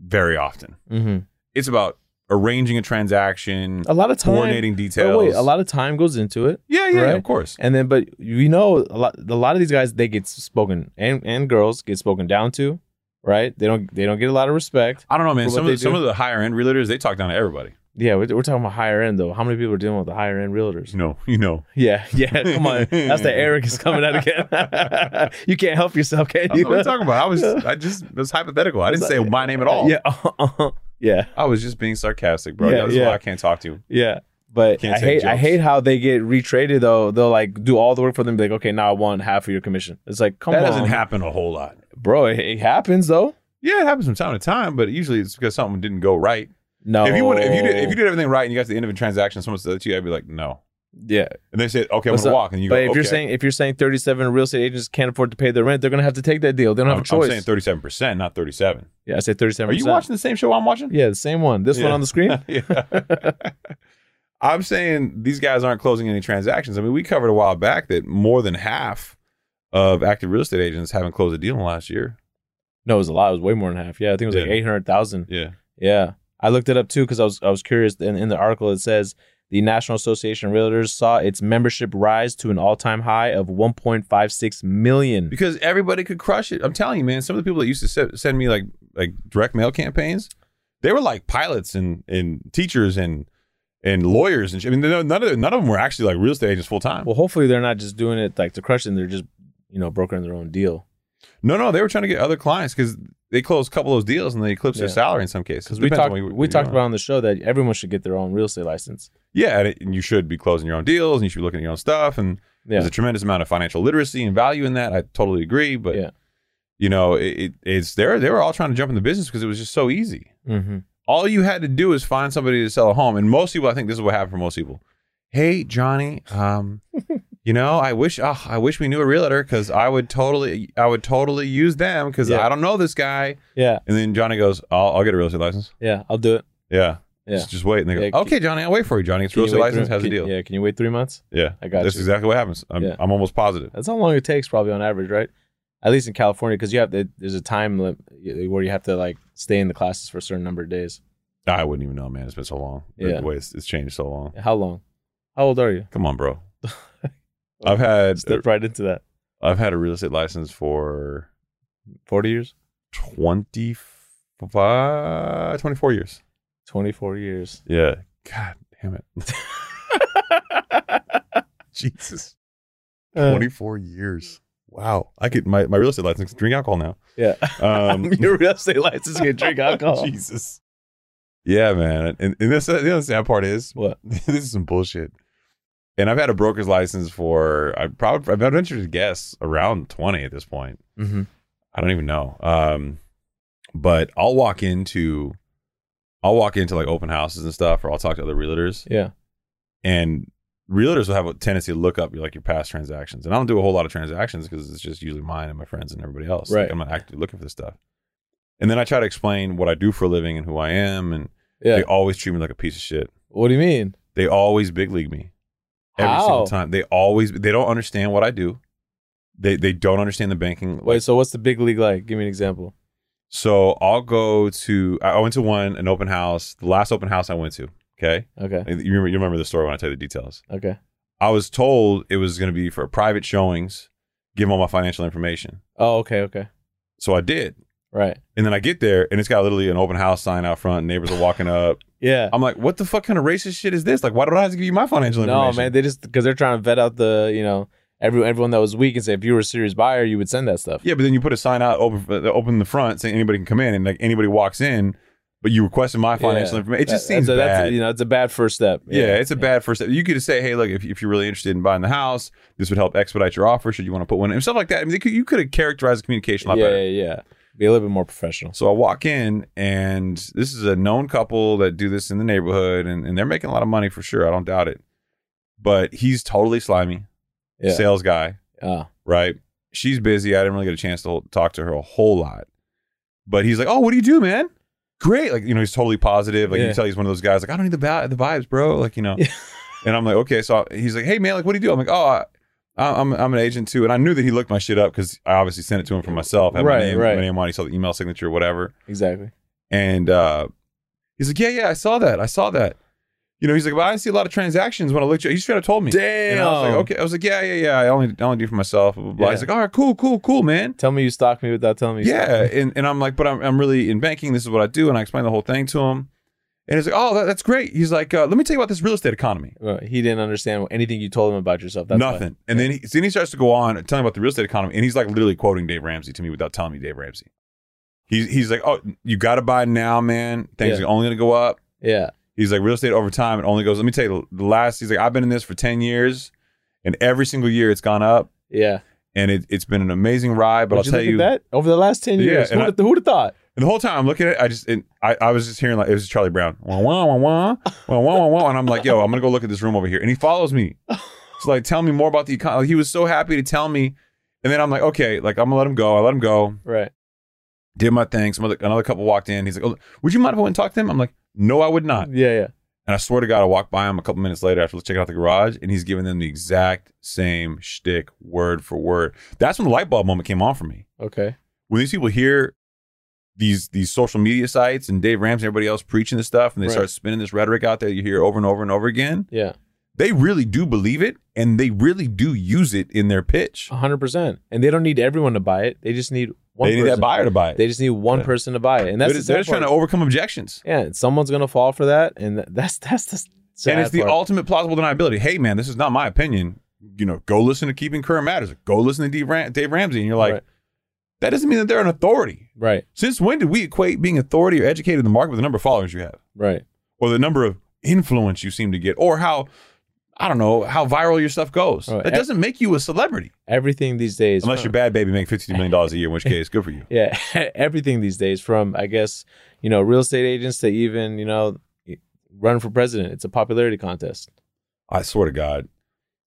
[SPEAKER 3] very often.
[SPEAKER 2] mm-hmm.
[SPEAKER 3] It's about arranging a transaction,
[SPEAKER 2] A lot of time.
[SPEAKER 3] coordinating details.
[SPEAKER 2] Oh, wait, a lot of time goes into it.
[SPEAKER 3] Yeah, yeah,
[SPEAKER 2] right?
[SPEAKER 3] of course.
[SPEAKER 2] And then, but you know, a lot, a lot of these guys, they get spoken and and girls get spoken down to, right? They don't they don't get a lot of respect.
[SPEAKER 3] I don't know, man.
[SPEAKER 2] For what
[SPEAKER 3] Some of,
[SPEAKER 2] they
[SPEAKER 3] the, some
[SPEAKER 2] do.
[SPEAKER 3] of the higher end realtors, they talk down to everybody.
[SPEAKER 2] Yeah, we're, we're talking about higher end though. How many people are dealing with the higher end realtors?
[SPEAKER 3] You know, you know.
[SPEAKER 2] Yeah, yeah. Come on, that's the arrogance coming out again. you can't help yourself, can
[SPEAKER 3] I don't
[SPEAKER 2] you?
[SPEAKER 3] know what you're talking about. I was, I just it was hypothetical. I didn't say my name at all.
[SPEAKER 2] Yeah, uh-uh, yeah,
[SPEAKER 3] I was just being sarcastic, bro.
[SPEAKER 2] Yeah,
[SPEAKER 3] Yeah, this is
[SPEAKER 2] yeah.
[SPEAKER 3] why I can't talk to you.
[SPEAKER 2] yeah. But
[SPEAKER 3] Can't
[SPEAKER 2] I
[SPEAKER 3] take
[SPEAKER 2] hate I
[SPEAKER 3] jokes.
[SPEAKER 2] hate how they get retraded though. They'll like do all the work for them. Be like, okay, now I want half of your commission. It's like, come
[SPEAKER 3] that
[SPEAKER 2] on,
[SPEAKER 3] doesn't happen a whole lot.
[SPEAKER 2] bro. It, it happens though.
[SPEAKER 3] Yeah, it happens from time to time, but usually it's because something didn't go right.
[SPEAKER 2] No,
[SPEAKER 3] If you would, if you did, if you did everything right and you got to the end of a transaction, someone said that to you, I'd be like, no.
[SPEAKER 2] yeah,
[SPEAKER 3] And they said, okay, I'm
[SPEAKER 2] What's
[SPEAKER 3] gonna
[SPEAKER 2] up?
[SPEAKER 3] walk, and you
[SPEAKER 2] but
[SPEAKER 3] go.
[SPEAKER 2] if
[SPEAKER 3] okay.
[SPEAKER 2] you're saying if you're saying 37 real estate agents can't afford to pay their rent, they're gonna have to take that deal. They don't have
[SPEAKER 3] I'm,
[SPEAKER 2] a choice.
[SPEAKER 3] I'm saying 37, percent not 37.
[SPEAKER 2] yeah, I said 37.
[SPEAKER 3] Are you watching the same show I'm watching?
[SPEAKER 2] Yeah, the same one. This one
[SPEAKER 3] Yeah.
[SPEAKER 2] on the screen.
[SPEAKER 3] Yeah. I'm saying these guys aren't closing any transactions. I mean, we covered a while back that more than half of active real estate agents haven't closed a deal in the last year.
[SPEAKER 2] No, it was a lot. It was way more than half. Yeah, I think it was like
[SPEAKER 3] Yeah.
[SPEAKER 2] 800,000.
[SPEAKER 3] Yeah.
[SPEAKER 2] Yeah, I looked it up too because I was I was curious. And in the article, it says the National Association of Realtors saw its membership rise to an all time high of 1.56 million.
[SPEAKER 3] Because everybody could crush it. I'm telling you, man, some of the people that used to se- send me like like direct mail campaigns, they were like pilots and and teachers and and lawyers and shit. I mean, no- none of them- none of them were actually like real estate agents full time.
[SPEAKER 2] Well, hopefully they're not just doing it like to crush it. and They're just you know brokering their own deal.
[SPEAKER 3] No, no, they were trying to get other clients because they closed a couple of those deals and they eclipsed their
[SPEAKER 2] Yeah.
[SPEAKER 3] salary in some cases.
[SPEAKER 2] Because we
[SPEAKER 3] Depends on
[SPEAKER 2] talked
[SPEAKER 3] what you-
[SPEAKER 2] we
[SPEAKER 3] you
[SPEAKER 2] talked
[SPEAKER 3] want.
[SPEAKER 2] about on the show that everyone should get their own real estate license.
[SPEAKER 3] yeah, and, it, and you should be closing your own deals and you should be looking at your own stuff. And
[SPEAKER 2] Yeah.
[SPEAKER 3] there's a tremendous amount of financial literacy and value in that. I totally agree, but
[SPEAKER 2] Yeah.
[SPEAKER 3] you know, it, it, it's there. They were all trying to jump in the business because it was just so easy.
[SPEAKER 2] Mm-hmm.
[SPEAKER 3] All you had to do is find somebody to sell a home, and most people, I think, this is what happened for most people. Hey, Johnny, um, you know, I wish, ah, I wish we knew a realtor because I would totally, I would totally use them because
[SPEAKER 2] Yeah.
[SPEAKER 3] I don't know this guy.
[SPEAKER 2] Yeah,
[SPEAKER 3] And then Johnny goes, I'll, I'll get a real estate license.
[SPEAKER 2] yeah, I'll do it.
[SPEAKER 3] Yeah.
[SPEAKER 2] Yeah.
[SPEAKER 3] Just, just wait. And they go,
[SPEAKER 2] Yeah, can-
[SPEAKER 3] okay, Johnny, I'll wait for you, Johnny. It's
[SPEAKER 2] Can
[SPEAKER 3] real
[SPEAKER 2] you
[SPEAKER 3] estate
[SPEAKER 2] wait
[SPEAKER 3] license.
[SPEAKER 2] three-
[SPEAKER 3] How's the
[SPEAKER 2] can-
[SPEAKER 3] deal?
[SPEAKER 2] Yeah, can you wait three months?
[SPEAKER 3] Yeah,
[SPEAKER 2] I got
[SPEAKER 3] That's
[SPEAKER 2] you.
[SPEAKER 3] exactly what happens. I'm,
[SPEAKER 2] Yeah.
[SPEAKER 3] I'm almost positive.
[SPEAKER 2] That's how long it takes, probably on average, right? At least in California, because you have to, there's a time limit where you have to like stay in the classes for a certain number of days.
[SPEAKER 3] I wouldn't even know, man. It's been so long. The-
[SPEAKER 2] Yeah.
[SPEAKER 3] The way it's, it's changed so long.
[SPEAKER 2] How long? How old are you?
[SPEAKER 3] Come on, bro. I've had
[SPEAKER 2] Step right into that.
[SPEAKER 3] I've had a real estate license for
[SPEAKER 2] Forty years,
[SPEAKER 3] 25, 24 years.
[SPEAKER 2] twenty four years.
[SPEAKER 3] Yeah. God damn it.
[SPEAKER 2] Uh,
[SPEAKER 3] Jesus. 24 years. Wow. I could my, my real estate license can drink alcohol now.
[SPEAKER 2] yeah,
[SPEAKER 3] Um,
[SPEAKER 2] your real estate license can drink alcohol.
[SPEAKER 3] Jesus. Yeah, man. And, and this the other sad part is
[SPEAKER 2] What?
[SPEAKER 3] this is some bullshit. And I've had a broker's license for I probably I've ventured to guess around twenty at this point.
[SPEAKER 2] Mm-hmm.
[SPEAKER 3] I don't even know. Um, but I'll walk into I'll walk into like open houses and stuff, or I'll talk to other realtors,
[SPEAKER 2] Yeah,
[SPEAKER 3] and realtors will have a tendency to look up like your past transactions. And I don't do a whole lot of transactions because it's just usually mine and my friends and everybody else. Like,
[SPEAKER 2] Right.
[SPEAKER 3] I'm not actively looking for this stuff. And then I try to explain what I do for a living and who I am, and
[SPEAKER 2] yeah.
[SPEAKER 3] they always treat me like a piece of shit.
[SPEAKER 2] what do you mean?
[SPEAKER 3] They always big league me every
[SPEAKER 2] How?
[SPEAKER 3] single time. They always they don't understand what I do. They they don't understand the banking.
[SPEAKER 2] Wait, so what's the big league like? Give me an example.
[SPEAKER 3] So I'll go to I I went to one an open house, the last open house I went to. Okay,
[SPEAKER 2] Okay,
[SPEAKER 3] you remember, you remember the story when I tell you the details.
[SPEAKER 2] okay.
[SPEAKER 3] I was told it was going to be for private showings, give all my financial information.
[SPEAKER 2] Oh, okay, okay.
[SPEAKER 3] So I did,
[SPEAKER 2] Right.
[SPEAKER 3] and then I get there and it's got literally an open house sign out front. Neighbors are walking up.
[SPEAKER 2] Yeah.
[SPEAKER 3] I'm like, what the fuck kind of racist shit is this? Like, why don't I have to give you my financial
[SPEAKER 2] No,
[SPEAKER 3] information?
[SPEAKER 2] man, they just because they're trying to vet out the you know every everyone that was weak and say if you were a serious buyer, you would send that stuff.
[SPEAKER 3] uh, Yeah, but then you put a sign out open open the front saying anybody can come in, and like anybody walks in, but you requested my financial
[SPEAKER 2] Yeah.
[SPEAKER 3] information. It just
[SPEAKER 2] That-
[SPEAKER 3] seems
[SPEAKER 2] that's a,
[SPEAKER 3] bad.
[SPEAKER 2] That's, you know, it's a bad first step.
[SPEAKER 3] yeah, it's a bad first step. You could say, hey, look, if, if you're really interested in buying the house, this would help expedite your offer. Should you want to put one in? And stuff like that. I mean, they could, you could have characterized the communication a lot
[SPEAKER 2] yeah,
[SPEAKER 3] better.
[SPEAKER 2] yeah, yeah. Be a little bit more professional.
[SPEAKER 3] So I walk in, and this is a known couple that do this in the neighborhood, and, and they're making a lot of money for sure. I don't doubt it. But he's totally slimy,
[SPEAKER 2] Yeah.
[SPEAKER 3] sales guy,
[SPEAKER 2] Uh,
[SPEAKER 3] right? She's busy. I didn't really get a chance to talk to her a whole lot. But he's like, "Oh, what do you do, man? Great!" Like you know, he's totally positive. Like you
[SPEAKER 2] Yeah.
[SPEAKER 3] can tell he's one of those guys. Like I don't need the vi- the vibes, bro. Like you know. and I'm like, okay. So I- he's like, "Hey, man, like what do you do?" I'm like, "Oh." I, I- I'm I'm an agent too, and I knew that he looked my shit up because I obviously sent it to him for myself. Had
[SPEAKER 2] Right,
[SPEAKER 3] my name,
[SPEAKER 2] right.
[SPEAKER 3] My name on. it, He saw the email signature, whatever.
[SPEAKER 2] exactly.
[SPEAKER 3] And uh, he's like, yeah, yeah, I saw that. I saw that. You know, he's like, well, I didn't see a lot of transactions when I looked. at He should have told me.
[SPEAKER 2] Damn.
[SPEAKER 3] And I was like, okay. I was like, yeah, yeah, yeah. I only, I only do for myself. Blah, blah, blah. He's
[SPEAKER 2] Yeah.
[SPEAKER 3] like, all right, cool, cool, cool, man.
[SPEAKER 2] Tell me you stalked me without telling me. you
[SPEAKER 3] Yeah.
[SPEAKER 2] stalked me.
[SPEAKER 3] And, and I'm like, but I'm, I'm really in banking. This is what I do. And I explained the whole thing to him. And he's like, oh, that, that's great. He's like, uh, let me tell you about this real estate economy.
[SPEAKER 2] Well, he didn't understand anything you told him about yourself. That's why.
[SPEAKER 3] Nothing. And then he, then he starts to go on telling about the real estate economy, and he's like literally quoting Dave Ramsey to me without telling me Dave Ramsey. He's he's like, oh, you got to buy now, man. Things
[SPEAKER 2] Yeah.
[SPEAKER 3] are only going to go up.
[SPEAKER 2] Yeah.
[SPEAKER 3] He's like, real estate over time, it only goes, let me tell you, the last, he's like, I've been in this for 10 years and every single year it's gone up
[SPEAKER 2] Yeah.
[SPEAKER 3] and it, it's been an amazing ride. But I'll
[SPEAKER 2] Would
[SPEAKER 3] tell
[SPEAKER 2] look
[SPEAKER 3] you,
[SPEAKER 2] at that over the last ten
[SPEAKER 3] Yeah,
[SPEAKER 2] years.
[SPEAKER 3] and
[SPEAKER 2] Who'd, have- who'd have thought?
[SPEAKER 3] and the whole time I'm looking at it, I just, and I, I was just hearing like, it was Charlie Brown. Wah, wah, wah, wah, wah, wah, wah, wah. And I'm like, yo, I'm going to go look at this room over here. And he follows me. So like, tell me more about the economy. He was so happy to tell me. And then I'm like, okay, like I'm gonna let him go. I let him go.
[SPEAKER 2] Right.
[SPEAKER 3] Did my thing. Some other, another couple walked in. He's like, oh, would you mind if I went and talked to them? I'm like, no, I would not.
[SPEAKER 2] Yeah. Yeah.
[SPEAKER 3] And I swear to God, I walked by him a couple minutes later after checking out the garage, and he's giving them the exact same shtick, word for word. That's when the light bulb moment came on for me.
[SPEAKER 2] Okay.
[SPEAKER 3] When these people hear these these social media sites and Dave Ramsey and everybody else preaching this stuff, and they
[SPEAKER 2] Right.
[SPEAKER 3] start spinning this rhetoric out there, you hear over and over and over again.
[SPEAKER 2] Yeah.
[SPEAKER 3] They really do believe it, and they really do use it in their pitch.
[SPEAKER 2] hundred percent. And they don't need everyone to buy it. They just need one.
[SPEAKER 3] they need
[SPEAKER 2] person.
[SPEAKER 3] that buyer to buy it.
[SPEAKER 2] They just need one
[SPEAKER 3] Yeah.
[SPEAKER 2] person to buy it, and that's
[SPEAKER 3] they're just,
[SPEAKER 2] the
[SPEAKER 3] they're
[SPEAKER 2] sad
[SPEAKER 3] just trying to
[SPEAKER 2] part.
[SPEAKER 3] overcome objections.
[SPEAKER 2] Yeah, and someone's gonna fall for that, and th- that's that's the sad
[SPEAKER 3] and it's the
[SPEAKER 2] part.
[SPEAKER 3] ultimate plausible deniability. Hey, man, this is not my opinion. You know, go listen to Keeping Current Matters. Go listen to Dave, Ram- Dave Ramsey, and you're like,
[SPEAKER 2] Right.
[SPEAKER 3] that doesn't mean that they're an authority.
[SPEAKER 2] right,
[SPEAKER 3] Since when did we equate being authority or educated in the market with the number of followers you have,
[SPEAKER 2] right,
[SPEAKER 3] or the number of influence you seem to get, or how I don't know how viral your stuff goes?
[SPEAKER 2] Right.
[SPEAKER 3] That doesn't make you a celebrity
[SPEAKER 2] Oh, e-, everything these days,
[SPEAKER 3] unless you're bad, baby, make fifty million dollars a year. In which case, good for you.
[SPEAKER 2] yeah, everything these days, from I guess you know real estate agents to even you know run for president. It's a popularity contest.
[SPEAKER 3] I swear to God,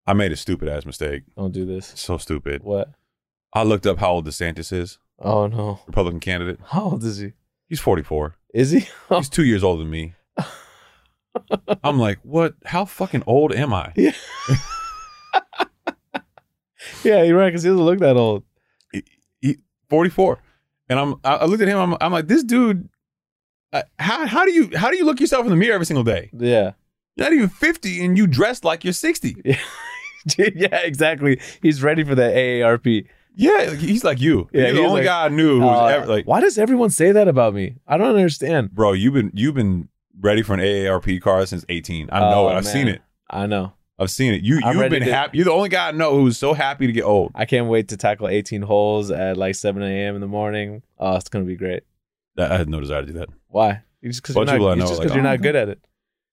[SPEAKER 3] I made a stupid ass mistake.
[SPEAKER 2] Don't do this.
[SPEAKER 3] So stupid.
[SPEAKER 2] What?
[SPEAKER 3] I looked up how old DeSantis is,
[SPEAKER 2] Oh no!
[SPEAKER 3] Republican candidate.
[SPEAKER 2] How old is he?
[SPEAKER 3] He's forty four.
[SPEAKER 2] Is he?
[SPEAKER 3] He's two years older than me. I'm like, what? How fucking old am I?
[SPEAKER 2] yeah, you're right. Because he doesn't look that old.
[SPEAKER 3] 44. And I'm, I I looked at him. I'm, I'm like, this dude. Uh, how how do you how do you look yourself in the mirror every single day?
[SPEAKER 2] Yeah.
[SPEAKER 3] You're not even 50, and you dress like you're 60.
[SPEAKER 2] yeah, exactly. He's ready for that AARP.
[SPEAKER 3] Yeah, like, he's like you.
[SPEAKER 2] Yeah,
[SPEAKER 3] you're the
[SPEAKER 2] he's
[SPEAKER 3] only
[SPEAKER 2] like,
[SPEAKER 3] guy I knew who
[SPEAKER 2] Uh,
[SPEAKER 3] was ever like,
[SPEAKER 2] why does everyone say that about me? I don't understand.
[SPEAKER 3] bro. You've been you've been ready for an AARP card since 18. I know
[SPEAKER 2] Oh,
[SPEAKER 3] it. I've
[SPEAKER 2] man.
[SPEAKER 3] seen it.
[SPEAKER 2] I know.
[SPEAKER 3] I've seen it. You
[SPEAKER 2] I'm
[SPEAKER 3] you've
[SPEAKER 2] ready
[SPEAKER 3] been
[SPEAKER 2] to-
[SPEAKER 3] happy. You're the only guy I know who's so happy to get old.
[SPEAKER 2] I can't wait to tackle 18 holes at like 7 a.m. in the morning. Oh, it's gonna be great.
[SPEAKER 3] I I had no desire to do that.
[SPEAKER 2] Why? It's just because you're
[SPEAKER 3] Bunch of people I
[SPEAKER 2] not, it's
[SPEAKER 3] know
[SPEAKER 2] just
[SPEAKER 3] are like,
[SPEAKER 2] 'cause you're
[SPEAKER 3] "Oh,
[SPEAKER 2] not good at it.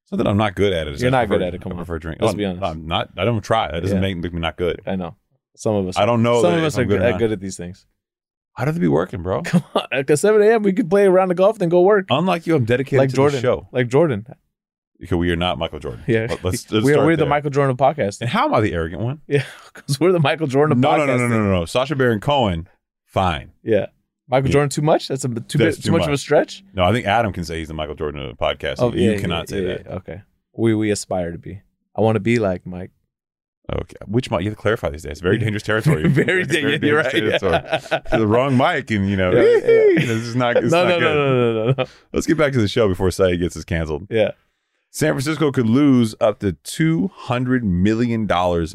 [SPEAKER 3] It's not that I'm not good at it. It's
[SPEAKER 2] You're
[SPEAKER 3] I
[SPEAKER 2] not
[SPEAKER 3] prefer-
[SPEAKER 2] good at it, come
[SPEAKER 3] I
[SPEAKER 2] on.
[SPEAKER 3] prefer drink.
[SPEAKER 2] Let's
[SPEAKER 3] Oh,
[SPEAKER 2] be honest.
[SPEAKER 3] I'm not. I don't try. That doesn't
[SPEAKER 2] Yeah.
[SPEAKER 3] make, make me not good.
[SPEAKER 2] I know. Some of us.
[SPEAKER 3] I don't know.
[SPEAKER 2] Some
[SPEAKER 3] that
[SPEAKER 2] of
[SPEAKER 3] if
[SPEAKER 2] us
[SPEAKER 3] I'm
[SPEAKER 2] are good,
[SPEAKER 3] or
[SPEAKER 2] at
[SPEAKER 3] not.
[SPEAKER 2] good at these things.
[SPEAKER 3] I'd rather be working, bro.
[SPEAKER 2] Come on, because 7 a.m. we could play around the golf, then go work.
[SPEAKER 3] Unlike you, I'm dedicated
[SPEAKER 2] Like
[SPEAKER 3] to
[SPEAKER 2] Jordan.
[SPEAKER 3] the show.
[SPEAKER 2] Like Jordan.
[SPEAKER 3] Okay, we are not Michael Jordan.
[SPEAKER 2] Yeah.
[SPEAKER 3] Let- Let's, let's
[SPEAKER 2] we are
[SPEAKER 3] start
[SPEAKER 2] we're the
[SPEAKER 3] there.
[SPEAKER 2] Michael Jordan of podcasting.
[SPEAKER 3] And how am I the arrogant one?
[SPEAKER 2] Yeah, because we're the Michael Jordan
[SPEAKER 3] No,
[SPEAKER 2] of
[SPEAKER 3] no,
[SPEAKER 2] podcasting.
[SPEAKER 3] no, no, no, no, no. Sasha Baron Cohen, fine.
[SPEAKER 2] Yeah. Michael
[SPEAKER 3] Yeah.
[SPEAKER 2] Jordan too much? That's a bit- too, bit,
[SPEAKER 3] That's
[SPEAKER 2] too,
[SPEAKER 3] too
[SPEAKER 2] much of a
[SPEAKER 3] much.
[SPEAKER 2] stretch. Oh,
[SPEAKER 3] No, I think Adam can say he's the Michael Jordan of the podcast. you
[SPEAKER 2] yeah,
[SPEAKER 3] cannot
[SPEAKER 2] yeah,
[SPEAKER 3] say
[SPEAKER 2] yeah,
[SPEAKER 3] that.
[SPEAKER 2] yeah. Okay. We we aspire to be. I want to be like Mike.
[SPEAKER 3] Okay, which Mike? You have to clarify these days. It's very
[SPEAKER 2] Yeah.
[SPEAKER 3] dangerous territory.
[SPEAKER 2] Very dangerous. You're right. yeah.
[SPEAKER 3] territory. the wrong mic, and you know,
[SPEAKER 2] Yeah, yeah.
[SPEAKER 3] this is not. It's
[SPEAKER 2] no,
[SPEAKER 3] not
[SPEAKER 2] no, no,
[SPEAKER 3] good.
[SPEAKER 2] no, no, no, no.
[SPEAKER 3] Let's get back to the show before Saeed gets us canceled.
[SPEAKER 2] Yeah.
[SPEAKER 3] San Francisco could lose up to $200 million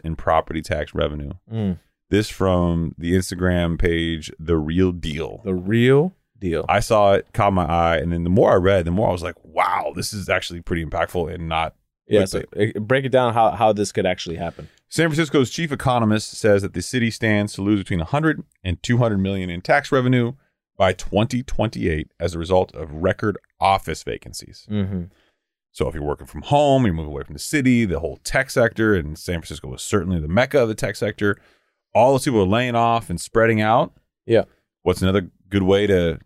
[SPEAKER 3] in property tax revenue.
[SPEAKER 2] Mm,
[SPEAKER 3] This from the Instagram page, The Real Deal.
[SPEAKER 2] the real deal.
[SPEAKER 3] I saw it, caught my eye, and then the more I read, the more I was like, wow, this is actually pretty impactful and not.
[SPEAKER 2] yeah.
[SPEAKER 3] clickbait.
[SPEAKER 2] So uh, break it down how, how this could actually happen.
[SPEAKER 3] San Francisco's chief economist says that the city stands to lose between 100 and 200 million in tax revenue by 2028 as a result of record office vacancies.
[SPEAKER 2] Mm-hmm.
[SPEAKER 3] So if you're working from home, you move away from the city, the whole tech sector, and San Francisco was certainly the mecca of the tech sector. All those people are laying off and spreading out.
[SPEAKER 2] Yeah.
[SPEAKER 3] What's another good way to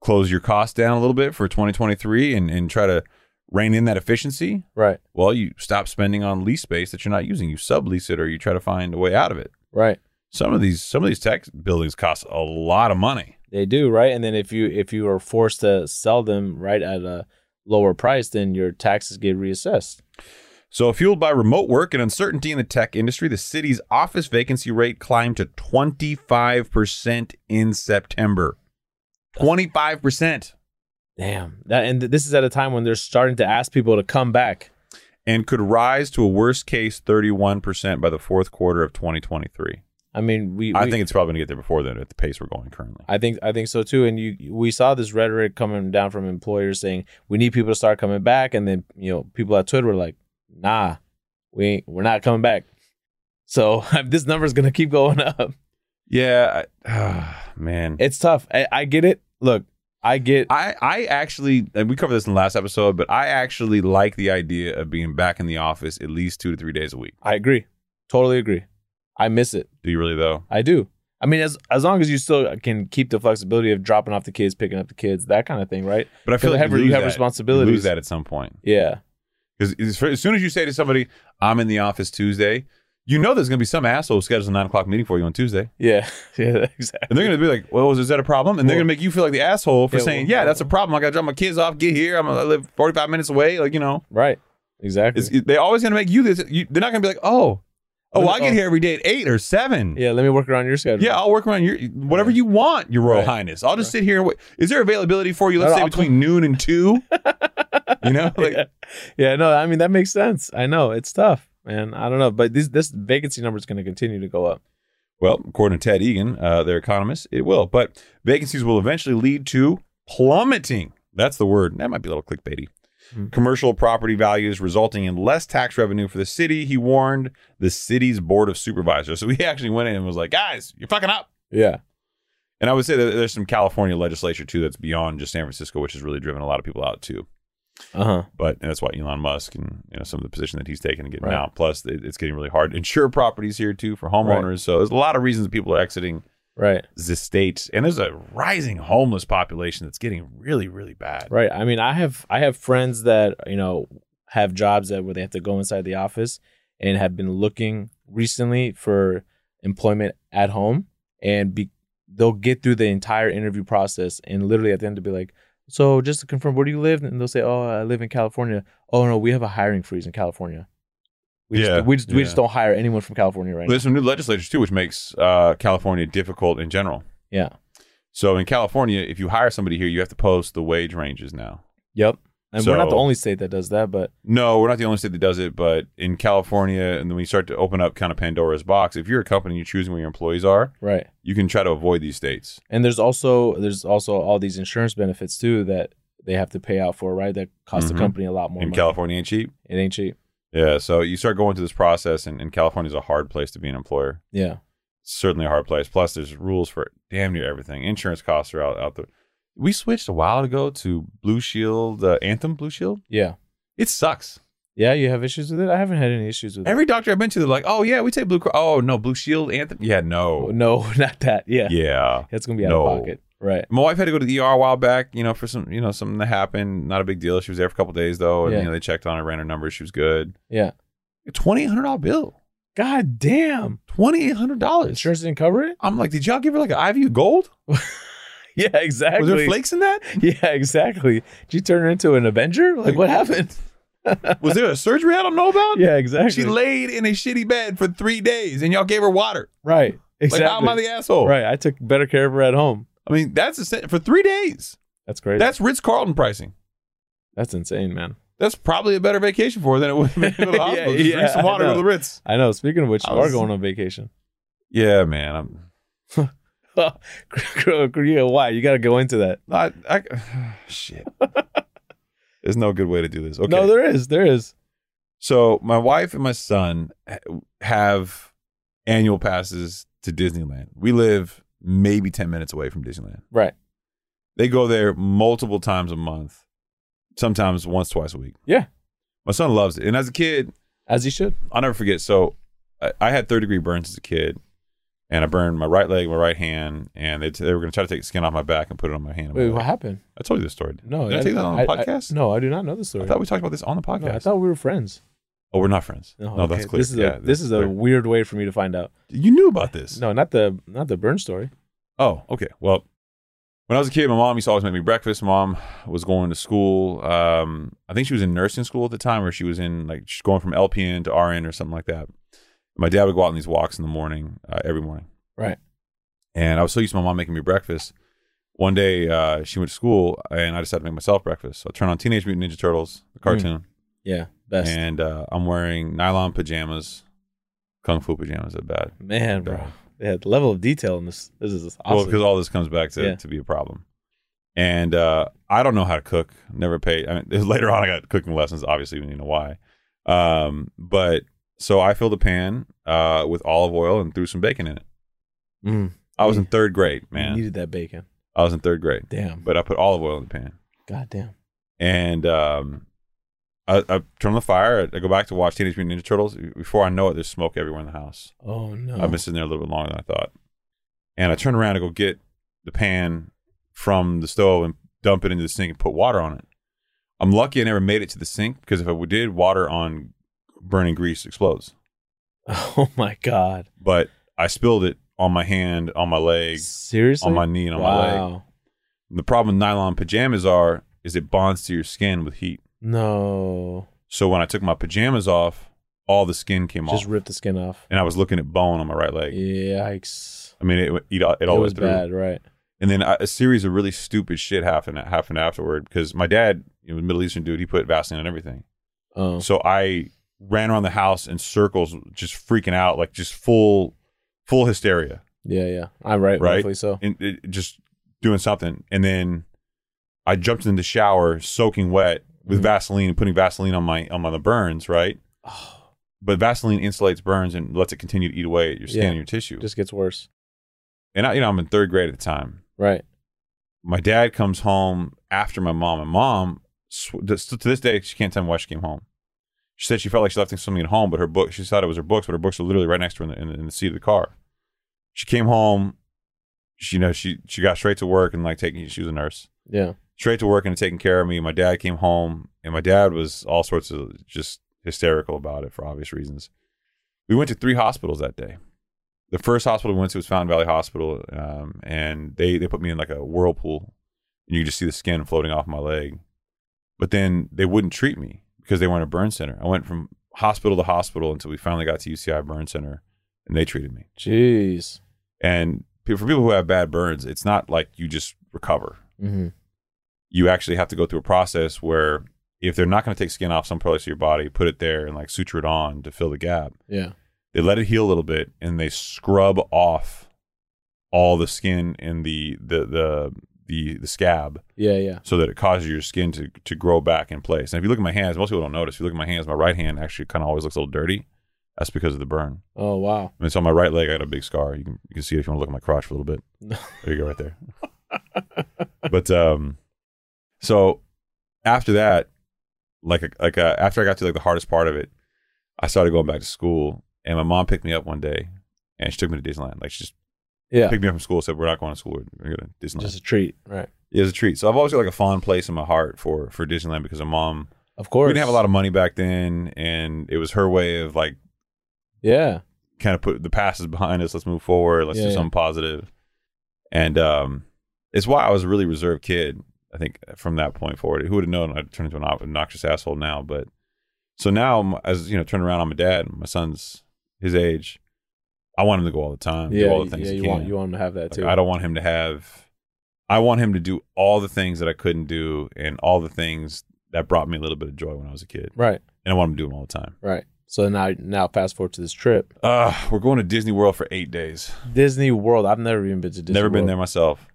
[SPEAKER 3] close your costs down a little bit for 2023 and, and try to rein in that efficiency?
[SPEAKER 2] Right.
[SPEAKER 3] Well, you stop spending on lease space that you're not using. You sublease it or you try to find a way out of it.
[SPEAKER 2] Right.
[SPEAKER 3] Some of these some of these tech buildings cost a lot of money.
[SPEAKER 2] They do, right? And then if you if you are forced to sell them right at a lower price, then your taxes get reassessed.
[SPEAKER 3] So, fueled by remote work and uncertainty in the tech industry, the city's office vacancy rate climbed to 25% in September. 25%.
[SPEAKER 2] Damn. That and th- this is at a time when they're starting to ask people to come back.
[SPEAKER 3] And could rise to a worst case 31% by the fourth quarter of 2023.
[SPEAKER 2] I mean, we,
[SPEAKER 3] I
[SPEAKER 2] we-
[SPEAKER 3] think it's probably going to get there before then at the pace we're going currently.
[SPEAKER 2] I think I think so too. And you we saw this rhetoric coming down from employers saying we need people to start coming back, and then you know people at Twitter were like, "Nah, we ain't, we're not coming back." So this number is gonna keep going up.
[SPEAKER 3] Yeah. I, man.
[SPEAKER 2] It's tough. I, I get it. Look, I get.
[SPEAKER 3] I, I actually, and we covered this in the last episode, but I actually like the idea of being back in the office at least two to three days a week.
[SPEAKER 2] I agree. Totally agree. I miss it.
[SPEAKER 3] Do you really, though?
[SPEAKER 2] I do. I mean, as as long as you still can keep the flexibility of dropping off the kids, picking up the kids, that kind of thing, right?
[SPEAKER 3] But I feel
[SPEAKER 2] Because
[SPEAKER 3] like
[SPEAKER 2] have,
[SPEAKER 3] lose
[SPEAKER 2] you have
[SPEAKER 3] that.
[SPEAKER 2] responsibilities.
[SPEAKER 3] lose that at some point.
[SPEAKER 2] Yeah.
[SPEAKER 3] Because as soon as you say to somebody, "I'm in the office Tuesday," you know there's going to be some asshole who schedules a nine o'clock meeting for you on Tuesday,
[SPEAKER 2] Yeah. Yeah. Exactly.
[SPEAKER 3] and they're going to be like, "Well, is, is that a problem?" And they're
[SPEAKER 2] Well-
[SPEAKER 3] going to make you feel like the asshole for
[SPEAKER 2] Yeah,
[SPEAKER 3] saying,
[SPEAKER 2] well-
[SPEAKER 3] "Yeah, that's a problem. I got to drop my kids off, get here. I'm I live 45 minutes away." Like you know,
[SPEAKER 2] Right. Exactly.
[SPEAKER 3] it's, it- they're always going to make you this. You, they're not going to be like, "Oh, oh, well, I get
[SPEAKER 2] Oh.
[SPEAKER 3] here every day at eight or seven.
[SPEAKER 2] Yeah, let me work around your schedule.
[SPEAKER 3] Yeah, I'll work around your whatever you want, Your Royal
[SPEAKER 2] Right.
[SPEAKER 3] Highness. I'll just sit here and wait. Is there availability for you? Let's
[SPEAKER 2] No, no,
[SPEAKER 3] say
[SPEAKER 2] I'll
[SPEAKER 3] between noon and two. you know, like
[SPEAKER 2] yeah. yeah, no, I mean that makes sense. I know it's tough, man. I don't know, but this this vacancy number is going to continue to go up.
[SPEAKER 3] Well, according to Ted Egan, uh, their economist, it will. But vacancies will eventually lead to plummeting. That's the word. That might be a little clickbaity.
[SPEAKER 2] Hmm.
[SPEAKER 3] Commercial property values resulting in less tax revenue for the city. He warned the city's board of supervisors. So he actually went in and was like, "Guys, you're fucking up."
[SPEAKER 2] Yeah,
[SPEAKER 3] And I would say that there's some California legislature too that's beyond just San Francisco, which has really driven a lot of people out too.
[SPEAKER 2] uh huh.
[SPEAKER 3] But and that's why Elon Musk and you know some of the position that he's taken and getting
[SPEAKER 2] Right.
[SPEAKER 3] out. Plus, it- it's getting really hard to insure properties here too for homeowners. So there's a lot of reasons people are exiting
[SPEAKER 2] Right,
[SPEAKER 3] the states and there's a rising homeless population that's getting really really bad
[SPEAKER 2] right. I mean, I have I have friends that you know have jobs that where they have to go inside the office and have been looking recently for employment at home, and be they'll get through the entire interview process and literally at the end to be like. So just to confirm, where do you live? And they'll say, "Oh, I live in California." Oh no, we have a hiring freeze in California. We
[SPEAKER 3] Yeah,
[SPEAKER 2] just, we just we
[SPEAKER 3] yeah.
[SPEAKER 2] just don't hire anyone from California right now.
[SPEAKER 3] there's some new legislatures too which makes uh, california difficult in general
[SPEAKER 2] Yeah.
[SPEAKER 3] so in california if you hire somebody here you have to post the wage ranges now
[SPEAKER 2] Yep. And we're not the
[SPEAKER 3] So-
[SPEAKER 2] only state that does that, but
[SPEAKER 3] no we're not the only state that does it but in california and then we start to open up kind of pandora's box if you're a company and you're choosing where your employees are
[SPEAKER 2] right.
[SPEAKER 3] you can try to avoid these states
[SPEAKER 2] And there's also there's also all these insurance benefits too that they have to pay out for, right? That cost
[SPEAKER 3] Mhm.
[SPEAKER 2] the company a lot more.
[SPEAKER 3] in
[SPEAKER 2] money.
[SPEAKER 3] california ain't cheap
[SPEAKER 2] it ain't cheap.
[SPEAKER 3] yeah so you start going through this process and, and california is a hard place to be an employer
[SPEAKER 2] Yeah.
[SPEAKER 3] certainly a hard place. Plus, there's rules for damn near everything. Insurance costs are out, out there. We switched a while ago to Blue Shield, uh, Anthem Blue Shield.
[SPEAKER 2] Yeah.
[SPEAKER 3] It sucks.
[SPEAKER 2] Yeah, you have issues with it? I haven't had any issues with
[SPEAKER 3] Every doctor I've been to, they're like, oh, yeah, we take Blue Cross. Oh, no, Blue Shield, Anthem. Yeah,
[SPEAKER 2] it.
[SPEAKER 3] no.
[SPEAKER 2] Oh, No, not that. Yeah.
[SPEAKER 3] Yeah.
[SPEAKER 2] That's gonna be out
[SPEAKER 3] No.
[SPEAKER 2] of pocket. Right.
[SPEAKER 3] My wife had to go to the ER a while back, you know, for some, you know, something that happened. Not a big deal. She was there for a couple days, though. Oh, And,
[SPEAKER 2] Yeah.
[SPEAKER 3] you know, they checked on her, ran her numbers. She was good.
[SPEAKER 2] Yeah.
[SPEAKER 3] $2,800 bill.
[SPEAKER 2] God damn.
[SPEAKER 3] $2,800.
[SPEAKER 2] Insurance didn't cover it?
[SPEAKER 3] I'm like, did y'all give her like an IV of gold?
[SPEAKER 2] Yeah, exactly.
[SPEAKER 3] Was there flakes in that?
[SPEAKER 2] Yeah, exactly. Did you turn her into an Avenger? Like what happened?
[SPEAKER 3] Was there a surgery I don't know about?
[SPEAKER 2] Yeah, exactly.
[SPEAKER 3] She laid in a shitty bed for three days, and y'all gave her water.
[SPEAKER 2] right. Exactly.
[SPEAKER 3] Like, how am I the asshole?
[SPEAKER 2] right. I took better care of her at home.
[SPEAKER 3] I mean, that's a, sen- for three days.
[SPEAKER 2] That's crazy.
[SPEAKER 3] That's Ritz Carlton pricing.
[SPEAKER 2] That's insane, man.
[SPEAKER 3] That's probably a better vacation for her than it would be to the
[SPEAKER 2] Yeah,
[SPEAKER 3] hospital. Just drink
[SPEAKER 2] yeah,
[SPEAKER 3] some water
[SPEAKER 2] I
[SPEAKER 3] with
[SPEAKER 2] know.
[SPEAKER 3] the Ritz.
[SPEAKER 2] I know. Speaking of which,
[SPEAKER 3] I
[SPEAKER 2] you
[SPEAKER 3] was-
[SPEAKER 2] are going on vacation.
[SPEAKER 3] Yeah, man. I'm
[SPEAKER 2] yeah, why? You got to go into that.
[SPEAKER 3] not. I, shit. There's no good way to do this. Okay.
[SPEAKER 2] No, there is. There is.
[SPEAKER 3] so my wife and my son ha- have annual passes to Disneyland. We live maybe ten minutes away from Disneyland.
[SPEAKER 2] Right.
[SPEAKER 3] They go there multiple times a month, sometimes once, twice a week.
[SPEAKER 2] Yeah.
[SPEAKER 3] My son loves it. And as a kid,
[SPEAKER 2] As he should.
[SPEAKER 3] I'll never forget. So I, I had third degree burns as a kid, and I burned my right leg, my right hand, and they, t- they were going to try to take the skin off my back and put it on my hand. and my
[SPEAKER 2] Wait,
[SPEAKER 3] leg.
[SPEAKER 2] what happened?
[SPEAKER 3] I told you this story.
[SPEAKER 2] No,
[SPEAKER 3] Did I, take that on the
[SPEAKER 2] I-
[SPEAKER 3] podcast?
[SPEAKER 2] I, no, I do not know the story.
[SPEAKER 3] I thought we talked about this on the podcast.
[SPEAKER 2] No, I thought we were friends.
[SPEAKER 3] oh, we're not friends. No,
[SPEAKER 2] okay.
[SPEAKER 3] that's clear.
[SPEAKER 2] This is
[SPEAKER 3] Yeah,
[SPEAKER 2] a this is a
[SPEAKER 3] clear.
[SPEAKER 2] weird way for me to find out.
[SPEAKER 3] You knew about this.
[SPEAKER 2] No, not the not the burn story.
[SPEAKER 3] Oh, okay. Well, when I was a kid, my mom used to always make me breakfast. Mom was going to school. Um, I think she was in nursing school at the time, or she was in like she's going from LPN to RN or something like that. My dad would go out on these walks in the morning, uh, every morning.
[SPEAKER 2] Right.
[SPEAKER 3] And I was so used to my mom making me breakfast. One day, uh, she went to school, and I decided to make myself breakfast. So I turned on Teenage Mutant Ninja Turtles, the cartoon,
[SPEAKER 2] Yeah, best
[SPEAKER 3] and uh, I'm wearing nylon pajamas, kung fu pajamas at bad.
[SPEAKER 2] man, bro. Yeah, the level of detail in this this is
[SPEAKER 3] Well,
[SPEAKER 2] awesome.
[SPEAKER 3] because all this comes back to,
[SPEAKER 2] Yeah.
[SPEAKER 3] to be a problem. And uh, I don't know how to cook. Never paid. I mean, later on, I got cooking lessons. Obviously, we you know why. Um, but so I filled a pan uh, with olive oil and threw some bacon in it.
[SPEAKER 2] Mm, Mm-hmm.
[SPEAKER 3] I was in third grade,
[SPEAKER 2] you
[SPEAKER 3] man.
[SPEAKER 2] needed that bacon.
[SPEAKER 3] I was in third grade,
[SPEAKER 2] Damn,
[SPEAKER 3] but I put olive oil in the pan,
[SPEAKER 2] god damn.
[SPEAKER 3] and um, I, I turn on the fire. I go back to watch Teenage Mutant Ninja Turtles. Before I know it, there's smoke everywhere in the house.
[SPEAKER 2] Oh no,
[SPEAKER 3] I've been sitting there a little bit longer than I thought. And I turn around to go get the pan from the stove and dump it into the sink and put water on it. I'm lucky I never made it to the sink because if I did, water on burning grease explodes.
[SPEAKER 2] Oh my god,
[SPEAKER 3] But I spilled it on my hand, on my leg,
[SPEAKER 2] seriously?
[SPEAKER 3] on my knee, and on my leg.
[SPEAKER 2] wow.
[SPEAKER 3] The problem with nylon pajamas are is it bonds to your skin with heat.
[SPEAKER 2] No,
[SPEAKER 3] So when I took my pajamas off, all the skin came
[SPEAKER 2] just
[SPEAKER 3] off,
[SPEAKER 2] ripped the skin off.
[SPEAKER 3] and I was looking at bone on my right leg.
[SPEAKER 2] Yikes!
[SPEAKER 3] I mean, it it, it all
[SPEAKER 2] It,
[SPEAKER 3] the way
[SPEAKER 2] was
[SPEAKER 3] through.
[SPEAKER 2] bad, right?
[SPEAKER 3] and then a, a series of really stupid shit happened happened afterward because my dad, you know, Middle Eastern dude, he put Vaseline on everything.
[SPEAKER 2] Oh,
[SPEAKER 3] So I ran around the house in circles, just freaking out, like just full, full hysteria,
[SPEAKER 2] yeah, yeah. I'm right,
[SPEAKER 3] Right?
[SPEAKER 2] rightfully so.
[SPEAKER 3] and it, just doing something. And then I jumped in the shower, soaking wet with
[SPEAKER 2] Mhm.
[SPEAKER 3] Vaseline, putting Vaseline on my on my burns, right?
[SPEAKER 2] Oh,
[SPEAKER 3] But Vaseline insulates burns and lets it continue to eat away at your skin
[SPEAKER 2] Yeah.
[SPEAKER 3] and your tissue.
[SPEAKER 2] just gets worse,
[SPEAKER 3] and I, you know, I'm in third grade at the time.
[SPEAKER 2] right?
[SPEAKER 3] my dad comes home after my mom, and mom sw- this- to this day she can't tell me why she came home. She said she felt like she left something at home, but her book she thought it was her books, but her books were literally right next to her in the, in the, in the seat of the car. She came home. She you know she she got straight to work and like taking she was a nurse
[SPEAKER 2] Yeah,
[SPEAKER 3] straight to work and taking care of me. My dad came home, and my dad was all sorts of just hysterical about it for obvious reasons. We went to three hospitals that day. The first hospital we went to was Fountain Valley Hospital, um, and they they put me in like a whirlpool, and you could just see the skin floating off my leg. But then they wouldn't treat me because they weren't a burn center. I went from hospital to hospital until we finally got to UCI Burn Center, and they treated me.
[SPEAKER 2] jeez.
[SPEAKER 3] And pe- for people who have bad burns, it's not like you just recover
[SPEAKER 2] Mm-hmm.
[SPEAKER 3] you actually have to go through a process where if they're not going to take skin off some place of your body, put it there and like suture it on to fill the gap.
[SPEAKER 2] Yeah,
[SPEAKER 3] They let it heal a little bit and they scrub off all the skin and the the the the, the scab
[SPEAKER 2] yeah, yeah.
[SPEAKER 3] so that it causes your skin to to grow back in place. And if you look at my hands, most people don't notice. If you look at my hands, my right hand actually kind of always looks a little dirty. That's because of the burn.
[SPEAKER 2] Oh wow.
[SPEAKER 3] I mean, so on my right leg, I got a big scar. You can you can see it if you want to look at my crotch for a little bit. There you go, right there. but um, so after that, like like uh, after I got to like the hardest part of it, I started going back to school, and my mom picked me up one day, and she took me to Disneyland. Like she just
[SPEAKER 2] yeah,
[SPEAKER 3] picked me up from school, said we're not going to school, we're going to Disneyland.
[SPEAKER 2] just a treat, right?
[SPEAKER 3] it was a treat. So I've always got like a fond place in my heart for for Disneyland because my mom
[SPEAKER 2] Of course.
[SPEAKER 3] we didn't have a lot of money back then, and it was her way of like
[SPEAKER 2] Yeah,
[SPEAKER 3] kind of put the past is behind us. Let's move forward. Let's
[SPEAKER 2] Yeah,
[SPEAKER 3] do
[SPEAKER 2] yeah.
[SPEAKER 3] something positive. And um, it's why I was a really reserved kid. I think from that point forward, who would have known I'd turn into an obnoxious asshole now? But so now, I'm- as you know, turn around, I'm a dad. My son's his age. I want him to go all the time.
[SPEAKER 2] yeah,
[SPEAKER 3] do all
[SPEAKER 2] y-
[SPEAKER 3] the things
[SPEAKER 2] yeah.
[SPEAKER 3] he
[SPEAKER 2] You
[SPEAKER 3] can.
[SPEAKER 2] want you want him to have that
[SPEAKER 3] Like,
[SPEAKER 2] too.
[SPEAKER 3] I don't want him to have. I want him to do all the things that I couldn't do and all the things that brought me a little bit of joy when I was a kid.
[SPEAKER 2] Right,
[SPEAKER 3] And I want him to do them all the time.
[SPEAKER 2] right. So now now fast forward to this trip,
[SPEAKER 3] Uh, we're going to Disney World for eight days.
[SPEAKER 2] Disney World. I've never even been to Disney.
[SPEAKER 3] never been
[SPEAKER 2] World.
[SPEAKER 3] there myself.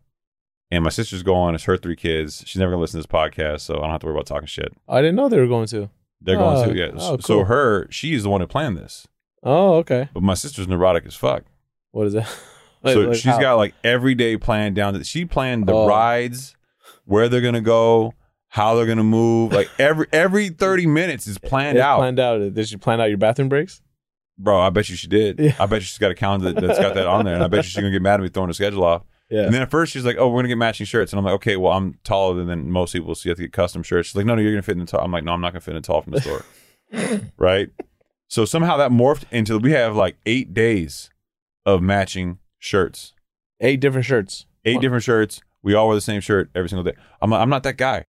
[SPEAKER 3] And my sister's going. It's her three kids. She's never gonna listen to this podcast, so I don't have to worry about talking shit.
[SPEAKER 2] I didn't know they were going to.
[SPEAKER 3] They're
[SPEAKER 2] Oh,
[SPEAKER 3] going to yeah.
[SPEAKER 2] oh,
[SPEAKER 3] So
[SPEAKER 2] cool.
[SPEAKER 3] her, she's the one who planned this.
[SPEAKER 2] Oh, okay.
[SPEAKER 3] But my sister's neurotic as fuck.
[SPEAKER 2] What is that?
[SPEAKER 3] so she's
[SPEAKER 2] she's
[SPEAKER 3] got like every day planned down. To, she planned the
[SPEAKER 2] Oh.
[SPEAKER 3] rides,
[SPEAKER 1] where they're going to go, how they're going to move. Like every every 30 minutes is planned
[SPEAKER 2] It's
[SPEAKER 1] out.
[SPEAKER 2] Planned out. Did you plan out your bathroom breaks?
[SPEAKER 1] Bro, I bet you she did.
[SPEAKER 2] Yeah.
[SPEAKER 1] I bet you she's got a calendar that- that's got that on there. And I bet you she's going to get mad at me throwing her schedule off.
[SPEAKER 2] Yeah.
[SPEAKER 1] And then at first she's like, "Oh, we're gonna get matching shirts," and I'm like, "Okay, well, I'm taller than most people, so you have to get custom shirts." She's like, "No, no, you're gonna fit in the tall." I'm like, "No, I'm not gonna fit in the tall from the store." right. So somehow that morphed into we have like eight days of matching shirts,
[SPEAKER 2] Eight different shirts.
[SPEAKER 1] eight
[SPEAKER 2] Wow.
[SPEAKER 1] different shirts. We all wear the same shirt every single day. I'm I'm not that guy.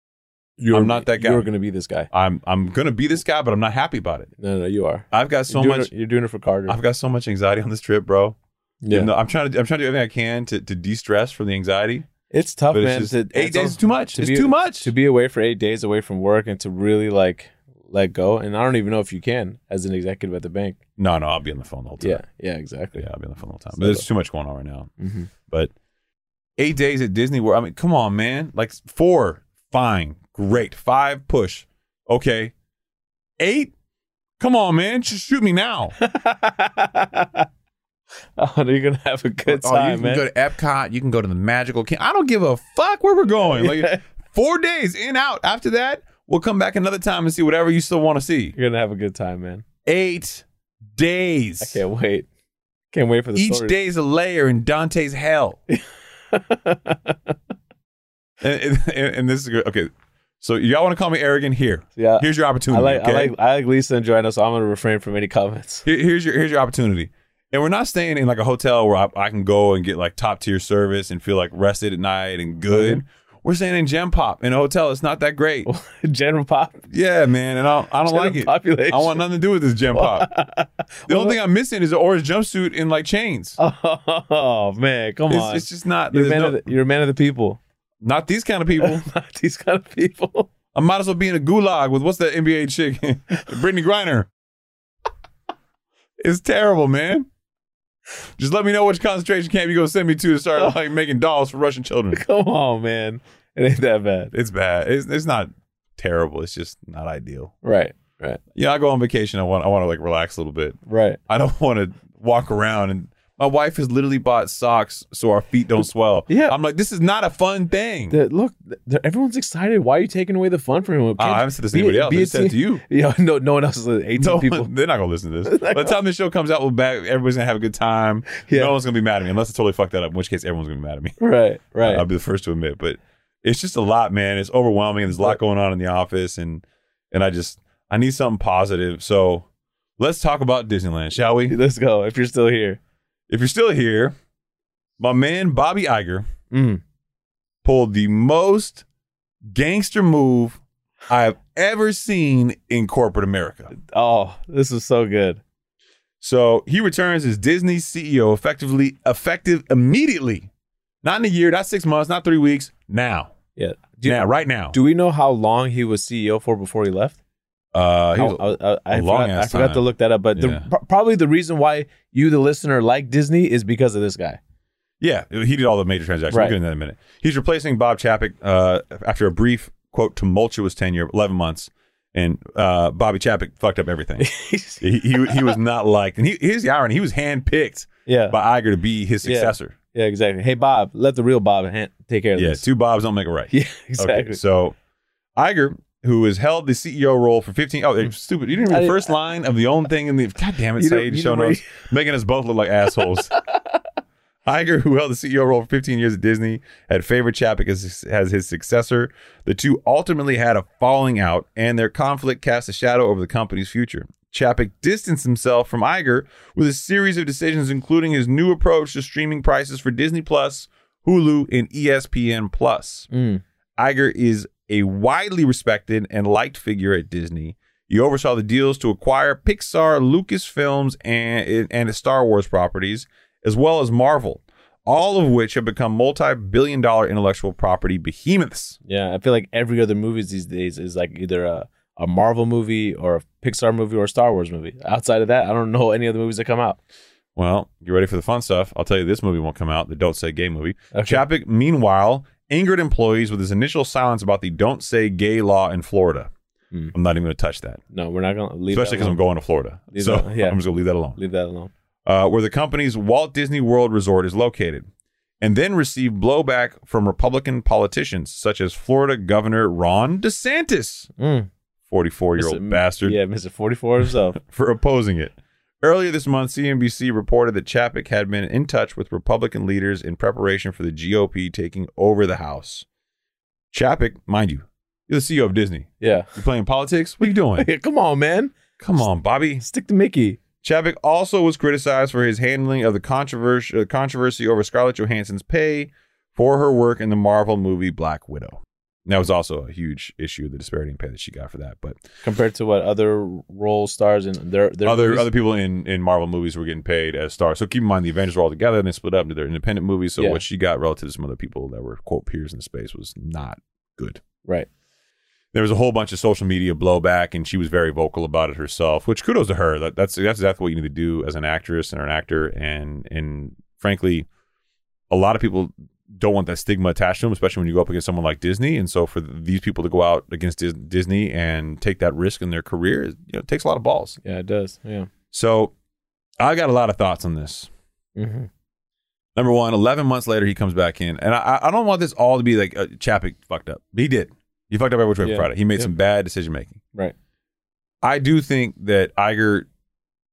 [SPEAKER 2] You're,
[SPEAKER 1] not that guy.
[SPEAKER 2] You're gonna be this guy.
[SPEAKER 1] I'm I'm gonna be this guy, but I'm not happy about it.
[SPEAKER 2] No, no, you are.
[SPEAKER 1] I've got so
[SPEAKER 2] you're doing
[SPEAKER 1] much.
[SPEAKER 2] It, you're doing it for Carter.
[SPEAKER 1] I've got so much anxiety on this trip, bro.
[SPEAKER 2] yeah.
[SPEAKER 1] And I'm trying to I'm trying to do everything I can to, to de stress from the anxiety,
[SPEAKER 2] it's tough,
[SPEAKER 1] but
[SPEAKER 2] man.
[SPEAKER 1] it's just
[SPEAKER 2] to-
[SPEAKER 1] eight
[SPEAKER 2] it's
[SPEAKER 1] days
[SPEAKER 2] all-
[SPEAKER 1] is too much.
[SPEAKER 2] to
[SPEAKER 1] it's
[SPEAKER 2] be-
[SPEAKER 1] too much.
[SPEAKER 2] to be away for eight days away from work and to really like let go. And I don't even know if you can as an executive at the bank.
[SPEAKER 1] no, no, I'll be on the phone the whole time.
[SPEAKER 2] Yeah. Yeah. Exactly.
[SPEAKER 1] Yeah, I'll be on the phone all the time.
[SPEAKER 2] So-
[SPEAKER 1] But there's too much going on right now.
[SPEAKER 2] hmm
[SPEAKER 1] But eight days at Disney World. I mean, come on, man. Like four, fine, great. Five, push. Okay. Eight? Come on, man. Just shoot me now.
[SPEAKER 2] oh, you're gonna have a good
[SPEAKER 1] Oh, you
[SPEAKER 2] time,
[SPEAKER 1] can
[SPEAKER 2] man.
[SPEAKER 1] go to Epcot. You can go to the Magical Kingdom. I don't give a fuck where we're going. Like four days in out. After that, we'll come back another time and see whatever you still want to see.
[SPEAKER 2] You're gonna have a good time, man.
[SPEAKER 1] Eight days.
[SPEAKER 2] I can't wait. Can't wait for the
[SPEAKER 1] Each
[SPEAKER 2] stories.
[SPEAKER 1] day's a layer in Dante's hell. and, and, and- and this is good. Okay. So y'all want to call me arrogant here.
[SPEAKER 2] Yeah.
[SPEAKER 1] Here's your
[SPEAKER 2] I
[SPEAKER 1] opportunity.
[SPEAKER 2] like,
[SPEAKER 1] okay?
[SPEAKER 2] I like, I like Lisa and Joanna, so I'm gonna refrain from any comments.
[SPEAKER 1] Here- here's your here's your opportunity. And we're not staying in like a hotel where I, I can go and get like top tier service and feel like rested at night and good.
[SPEAKER 2] Mm-hmm.
[SPEAKER 1] We're staying in Gem Pop in a hotel. It's not that great.
[SPEAKER 2] General pop,
[SPEAKER 1] Yeah, man. And I don't, I don't
[SPEAKER 2] general
[SPEAKER 1] like it.
[SPEAKER 2] population.
[SPEAKER 1] I want nothing to do with this Gem Pop. The only thing I'm missing is an orange jumpsuit and like chains.
[SPEAKER 2] Oh man, come
[SPEAKER 1] it's,
[SPEAKER 2] on!
[SPEAKER 1] it's just not.
[SPEAKER 2] you're, a
[SPEAKER 1] there's
[SPEAKER 2] man
[SPEAKER 1] no-
[SPEAKER 2] of the, you're a man of the people,
[SPEAKER 1] not these kind of people.
[SPEAKER 2] not these kind of people.
[SPEAKER 1] I might as well be in a gulag with what's that NBA chick, Brittany Griner. It's terrible, man. Just let me know which concentration camp you're gonna send me to to start like making dolls for Russian children.
[SPEAKER 2] Come on, man, it ain't that bad,
[SPEAKER 1] It's bad. It's, it's not terrible. It's just not ideal.
[SPEAKER 2] right?
[SPEAKER 1] Yeah, I go on vacation. I want I want to like relax a little bit.
[SPEAKER 2] Right.
[SPEAKER 1] I don't want to walk around and my wife has literally bought socks so our feet don't swell.
[SPEAKER 2] Yeah.
[SPEAKER 1] I'm like, this is not a fun thing.
[SPEAKER 2] Uh, The- look, the- everyone's excited. Why are you taking away the fun from him?
[SPEAKER 1] I haven't said this to anybody else. I just said it to you.
[SPEAKER 2] Yeah, no, no one else is. Eighteen
[SPEAKER 1] No,
[SPEAKER 2] people.
[SPEAKER 1] they're not gonna listen to this. By the time the show comes out, we'll back. Everybody's gonna have a good time.
[SPEAKER 2] Yeah.
[SPEAKER 1] No one's gonna be mad at me unless I totally fuck that up. In which case, everyone's gonna be mad at me.
[SPEAKER 2] Right. Right.
[SPEAKER 1] I'll be the first to admit. But it's just a lot, man. It's overwhelming. There's a lot going on in the office, and and I just I need something positive. So let's talk about Disneyland, shall we?
[SPEAKER 2] Let's go. If you're still here.
[SPEAKER 1] If you're still here, my man Bobby Iger
[SPEAKER 2] Mm.
[SPEAKER 1] pulled the most gangster move I've ever seen in corporate America.
[SPEAKER 2] Oh, this is so good.
[SPEAKER 1] So he returns as Disney CEO effectively effective immediately. Not in a year, not six months, not three weeks. Now.
[SPEAKER 2] Yeah. Do,
[SPEAKER 1] now, right now.
[SPEAKER 2] do we know how long he was CEO for before he left?
[SPEAKER 1] uh, he was-
[SPEAKER 2] I, Oh, I- I
[SPEAKER 1] a
[SPEAKER 2] forgot,
[SPEAKER 1] long-ass
[SPEAKER 2] I forgot to
[SPEAKER 1] time.
[SPEAKER 2] look that up, but
[SPEAKER 1] Yeah.
[SPEAKER 2] the, pro- probably the reason why you, the listener, like Disney is because of this guy.
[SPEAKER 1] yeah, he did all the major transactions.
[SPEAKER 2] Right.
[SPEAKER 1] We'll get into that in a minute. He's replacing Bob Chapek uh, after a brief, quote, tumultuous tenure, 11 months. And uh, Bobby Chapek fucked up everything. he, he, he was not liked. And he, here's the irony. He was handpicked
[SPEAKER 2] yeah,
[SPEAKER 1] by Iger to be his
[SPEAKER 2] Yeah.
[SPEAKER 1] successor.
[SPEAKER 2] yeah, exactly. Hey, Bob, let the real Bob hand, take care of
[SPEAKER 1] Yeah,
[SPEAKER 2] this.
[SPEAKER 1] two Bobs don't make a right.
[SPEAKER 2] Yeah,
[SPEAKER 1] Okay,
[SPEAKER 2] exactly.
[SPEAKER 1] so Iger, who has held the CEO role for 15 oh, they're stupid. You didn't
[SPEAKER 2] Hmm. I
[SPEAKER 1] read the
[SPEAKER 2] didn't-
[SPEAKER 1] first line of the only thing in the God damn it,
[SPEAKER 2] You didn't-
[SPEAKER 1] Saeed
[SPEAKER 2] you
[SPEAKER 1] show
[SPEAKER 2] didn't read-
[SPEAKER 1] notes, making us both look like assholes. Iger, who held the CEO role for 15 years at Disney, had favored Chapek as, as his successor. The two ultimately had a falling out, and their conflict cast a shadow over the company's future. Chapek distanced himself from Iger with a series of decisions, including his new approach to streaming prices for Disney Plus, Hulu, and E ESPN Plus.
[SPEAKER 2] Mm.
[SPEAKER 1] Iger is a widely respected and liked figure at Disney. He oversaw the deals to acquire Pixar, Lucasfilms, and and its Star Wars properties, as well as Marvel, all of which have become multi-billion-dollar intellectual property behemoths.
[SPEAKER 2] Yeah, I feel like every other movie these days is like either a, a Marvel movie or a Pixar movie or a Star Wars movie. Outside of that, I don't know any other movies that come out.
[SPEAKER 1] Well, you ready for the fun stuff? I'll tell you, this movie won't come out. The Don't Say Gay movie.
[SPEAKER 2] Okay.
[SPEAKER 1] Chapek, meanwhile, angered employees with his initial silence about the Don't Say Gay law in Florida.
[SPEAKER 2] Hmm.
[SPEAKER 1] I'm not even going to touch that,
[SPEAKER 2] No, we're not gonna leave.
[SPEAKER 1] especially
[SPEAKER 2] that
[SPEAKER 1] because I'm
[SPEAKER 2] alone.
[SPEAKER 1] going to Florida.
[SPEAKER 2] Leave
[SPEAKER 1] so
[SPEAKER 2] that- yeah.
[SPEAKER 1] I'm just going to leave that alone.
[SPEAKER 2] leave that alone.
[SPEAKER 1] uh, where the company's Walt Disney World Resort is located.
[SPEAKER 3] and then received blowback from Republican politicians such as Florida Governor Ron DeSantis,
[SPEAKER 2] Mm.
[SPEAKER 3] 44 year
[SPEAKER 2] Mr.
[SPEAKER 3] old bastard,
[SPEAKER 2] Yeah, Mr. 44 himself.
[SPEAKER 3] for opposing it. Earlier this month, CNBC reported that Chapik had been in touch with Republican leaders in preparation for the GOP taking over the House. Chapik, mind you, you're the CEO of Disney.
[SPEAKER 2] yeah.
[SPEAKER 3] You're playing politics? What are you doing?
[SPEAKER 2] Yeah, Come on, man.
[SPEAKER 3] Come on, Bobby.
[SPEAKER 2] Stick to Mickey.
[SPEAKER 3] Chapik also was criticized for his handling of the controversy, uh, controversy over Scarlett Johansson's pay for her work in the Marvel movie Black Widow. And that was also a huge issue, the disparity in pay that she got for that. But
[SPEAKER 2] Compared to what other role stars and their their
[SPEAKER 3] other
[SPEAKER 2] movies?
[SPEAKER 3] other people in in Marvel movies were getting paid as stars. So keep in mind the Avengers were all together and they split up into their independent movies. So
[SPEAKER 2] Yeah.
[SPEAKER 3] what she got relative to some other people that were quote peers in the space was not good.
[SPEAKER 2] right.
[SPEAKER 3] There was a whole bunch of social media blowback, and she was very vocal about it herself. Which kudos to her. That, that's that's exactly what you need to do as an actress and an actor. And and frankly, a lot of people don't want that stigma attached to them, especially when you go up against someone like Disney. And so for these people to go out against Dis- Disney and take that risk in their career, you know, it takes a lot of balls.
[SPEAKER 2] Yeah, it does. Yeah.
[SPEAKER 3] So I got a lot of thoughts on this.
[SPEAKER 2] Mm-hmm.
[SPEAKER 3] Number one, 11 months later, he comes back in. And I, I don't want this all to be like uh, Chapik fucked up. He did. He fucked up every which way
[SPEAKER 2] Yeah.
[SPEAKER 3] Friday. He made
[SPEAKER 2] Yeah.
[SPEAKER 3] some bad decision making.
[SPEAKER 2] Right.
[SPEAKER 3] I do think that Iger,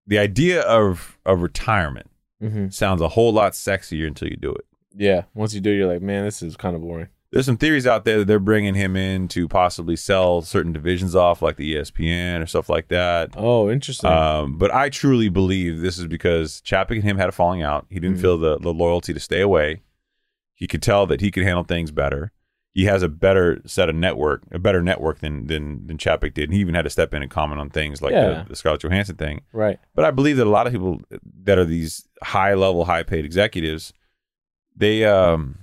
[SPEAKER 3] the idea of, of retirement
[SPEAKER 2] Mm-hmm.
[SPEAKER 3] sounds a whole lot sexier until you do it.
[SPEAKER 2] Yeah. Once you do, you're like, man, this is kind of boring.
[SPEAKER 3] There's some theories out there that they're bringing him in to possibly sell certain divisions off, like the E ESPN or stuff like that.
[SPEAKER 2] Oh, interesting.
[SPEAKER 3] Um, but I truly believe this is because Chapik and him had a falling out. He didn't
[SPEAKER 2] Mhm.
[SPEAKER 3] feel the, the loyalty to stay away. He could tell that he could handle things better. He has a better set of network, a better network than than than Chapik did. And he even had to step in and comment on things like
[SPEAKER 2] Yeah.
[SPEAKER 3] the, the Scarlett Johansson thing.
[SPEAKER 2] right.
[SPEAKER 3] But I believe that a lot of people that are these high level, high paid executives, they um,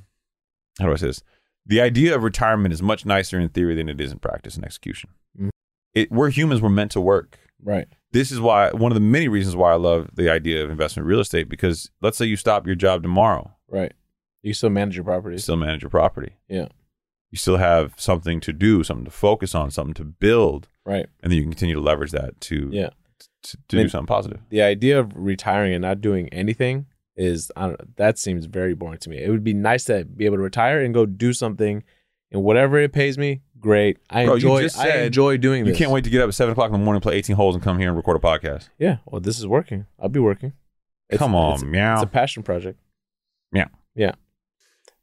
[SPEAKER 3] how do I say this? The idea of retirement is much nicer in theory than it is in practice and execution.
[SPEAKER 2] Mhm.
[SPEAKER 3] It, we're humans. We're meant to work
[SPEAKER 2] Right.
[SPEAKER 3] this is why one of the many reasons why I love the idea of investment real estate because let's say you stop your job tomorrow,
[SPEAKER 2] Right. You still manage your
[SPEAKER 3] you
[SPEAKER 2] properties.
[SPEAKER 3] still manage your property.
[SPEAKER 2] Yeah.
[SPEAKER 3] You still have something to do, something to focus on, something to build,
[SPEAKER 2] Right.
[SPEAKER 3] and then you can continue to leverage that to
[SPEAKER 2] Yeah.
[SPEAKER 3] to, to
[SPEAKER 2] Then-
[SPEAKER 3] do something positive.
[SPEAKER 2] The idea of retiring and not doing anything is I don't know, that seems very boring to me. It would be nice to be able to retire and go do something, and whatever it pays me, great. I
[SPEAKER 3] Bro, you
[SPEAKER 2] enjoy.
[SPEAKER 3] just
[SPEAKER 2] I
[SPEAKER 3] said
[SPEAKER 2] enjoy doing
[SPEAKER 3] You
[SPEAKER 2] this.
[SPEAKER 3] can't wait to get up at seven o'clock in the morning, play eighteen holes, and come here and record a podcast.
[SPEAKER 2] Yeah. Well, this is working. I'll be working. It's-
[SPEAKER 3] come on,
[SPEAKER 2] it's-
[SPEAKER 3] meow.
[SPEAKER 2] It's a passion project.
[SPEAKER 3] Yeah.
[SPEAKER 2] Yeah.